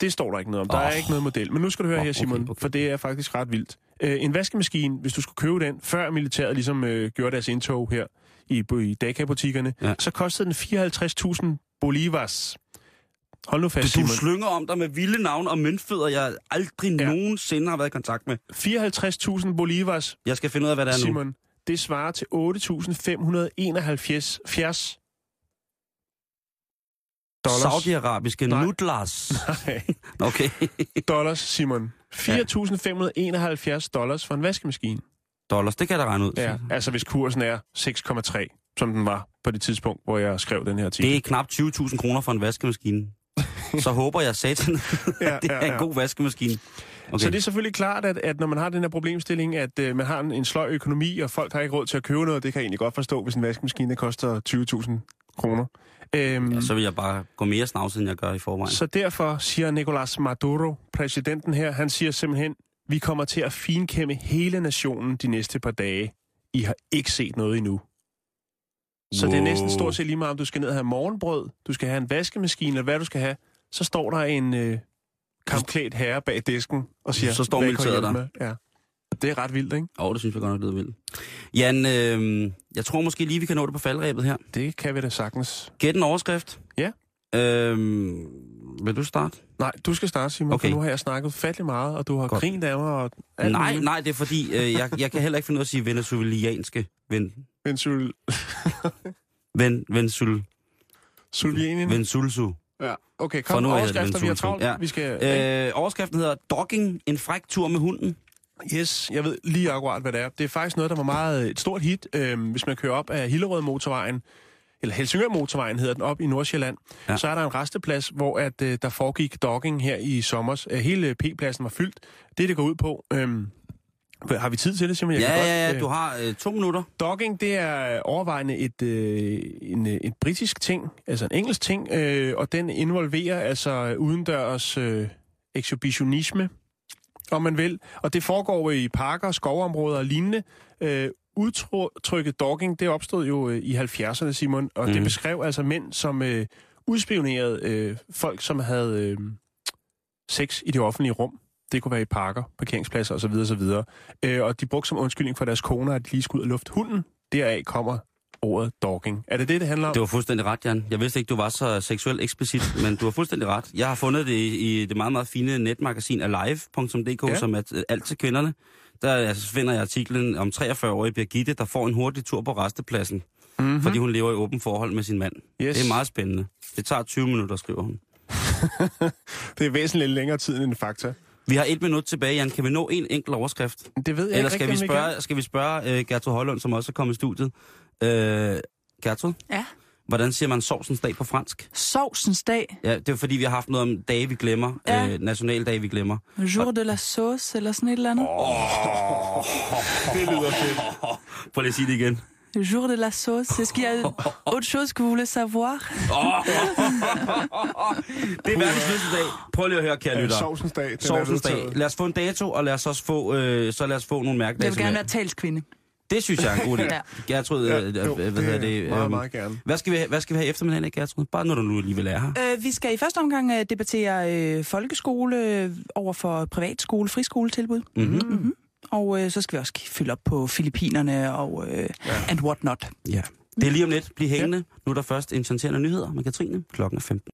Det står der ikke noget om. Der oh. er Åh. ikke noget model. Men nu skal du høre Nå, her, Simon, okay, okay. for det er faktisk ret vildt. Øh, en vaskemaskine, hvis du skulle købe den, før militæret ligesom øh, gjorde deres indtog her i, i Daka-butikkerne, ja. så kostede den 54.000 bolivars. Hold nu fast, Du, Simon. du slynger om dig med vilde navne og møntfødder, jeg aldrig ja. nogensinde har været i kontakt med. 54.000 bolivars. Jeg skal finde ud af, hvad der er nu. Simon, det svarer til 8.571 dollars. Saudi-arabiske Nej. nudlars. Nej. Okay. dollars, Simon. 4.571 dollars for en vaskemaskine. Dollars, det kan jeg da regne ud. Ja, altså hvis kursen er 6,3, som den var på det tidspunkt, hvor jeg skrev den her artikel. Det er knap 20.000 kroner for en vaskemaskine. Så håber jeg satan, Ja, ja, det ja, er en ja. god vaskemaskine. Okay. Så det er selvfølgelig klart, at, at når man har den her problemstilling, at øh, man har en, en sløj økonomi, og folk har ikke råd til at købe noget, det kan jeg egentlig godt forstå, hvis en vaskemaskine koster 20.000 kroner. Øhm, Ja, så vil jeg bare gå mere snavs, end jeg gør i forvejen. Så derfor siger Nicolas Maduro, præsidenten her, han siger simpelthen, vi kommer til at finkæmme hele nationen de næste par dage. I har ikke set noget endnu. Så det er næsten Wow. stort set lige meget, om du skal ned og have morgenbrød, du skal have en vaskemaskine, eller hvad du skal have. Så står der en øh, kampklædt herre bag disken og siger, Så står "Hvad kan jeg militæret hjælpe med?" Ja. Det er ret vildt, ikke? Åh, oh, det synes jeg godt nok lyder vildt. Jan, øh, jeg tror måske lige, vi kan nå det på faldrebet her. Det kan vi da sagtens. Gæt en overskrift. Ja. Øh, vil du starte? Nej, du skal starte, Simon, okay. Okay. for nu har jeg snakket fattelig meget, og du har Godt. grint af mig. Og alt Nej, muligt. nej, det er fordi, øh, jeg, jeg kan heller ikke finde ud af at sige venezuelianske. Ven, Vensul... ven, vensul, Sulvianien. vensulsu. Ja, okay, For kom. nu er det Overskrifter, vi har vensulsu. travlt. Ja. Vi skal... Øh, overskriften hedder Dogging, en fræk tur med hunden. Yes, jeg ved lige akkurat, hvad det er. Det er faktisk noget, der var meget et stort hit, øh, hvis man kører op af Hillerød motorvejen, eller Helsingør motorvejen hedder den, op i Nordsjælland. Ja. Så er der en resteplads, hvor at, øh, der foregik dogging her i sommer. Øh, hele P-pladsen var fyldt. Det, det går ud på... Øh, har vi tid til det, Simon? Jeg Ja, kan ja, godt, ja, øh, du har øh, to minutter. Dogging, det er overvejende et, øh, en, øh, et britisk ting, altså en engelsk ting, øh, og den involverer altså udendørs øh, exhibitionisme, om man vil. Og det foregår i parker, skovområder og lignende. Øh, udtrykket dogging, det opstod jo øh, i 70'erne, Simon, og mm. det Mhm. beskrev altså mænd, som øh, udspionerede øh, folk, som havde øh, sex i det offentlige rum. Det kunne være i parker, parkeringspladser osv. osv. Øh, og de brugte som undskyldning for deres koner, at de lige skulle ud og lufte hunden. Deraf kommer ordet dogging. Er det det, det handler om? Det var fuldstændig ret, Jan. Jeg vidste ikke, du var så seksuelt eksplicit, men du har fuldstændig ret. Jeg har fundet det i, i det meget, meget fine netmagasin alive.dk, Ja. ja. som er øh, alt til kvinderne. Der altså, finder jeg artiklen om 43-årige Birgitte, der får en hurtig tur på restepladsen, Mhm. mm-hmm. fordi hun lever i åben forhold med sin mand. Yes. Det er meget spændende. Det tager 20 minutter, skriver hun. Det er væsentligt længere tid end en fakta. Vi har et minut tilbage, Jan. Kan vi nå en enkelt overskrift? Det ved jeg Eller ikke rigtig, skal, vi om vi spørge, kan. skal vi spørge uh, Gertrud Højlund, som også er kommet i studiet? Uh, Gertrud? Ja. Hvordan siger man sovsens dag på fransk? Sovsens dag. Ja, det er fordi, vi har haft noget om dage, vi glemmer. Ja. Ja. Øh, nationaldage, vi glemmer. Jour de la sauce, eller sådan et eller andet. det lyder fedt. Prøv lige at sige det igen. Jour de la sauce. Est-ce qu'il y a autre chose que vous voulez savoir? Det er verdens fødselsdag. Prøv lige at høre, kære Ja, lytter. sovsens dag, den er Sovsens dag. vedtaget. Lad os få en dato, og lad os også få, øh, så lad os få nogle mærkedage. Jeg vil gerne som være talskvinde. Det synes jeg er en god idé. Ja. Gertrud, Ja, ja, øh, jo, øh, hvad det hedder det? meget, øhm, meget gerne. Hvad skal, vi, have- hvad skal vi have i eftermiddagen, Gertrud? Bare når du nu alligevel er her. Øh, vi skal i første omgang øh, debattere øh, folkeskole øh, over for privatskole, friskoletilbud. Mhm. Mm-hmm. Og øh, så skal vi også fylde op på Filippinerne og øh, and what not. Ja. Det er lige om lidt. Bliv hængende. Nu er der først en chanterende nyheder med Katrine. Klokken er 15.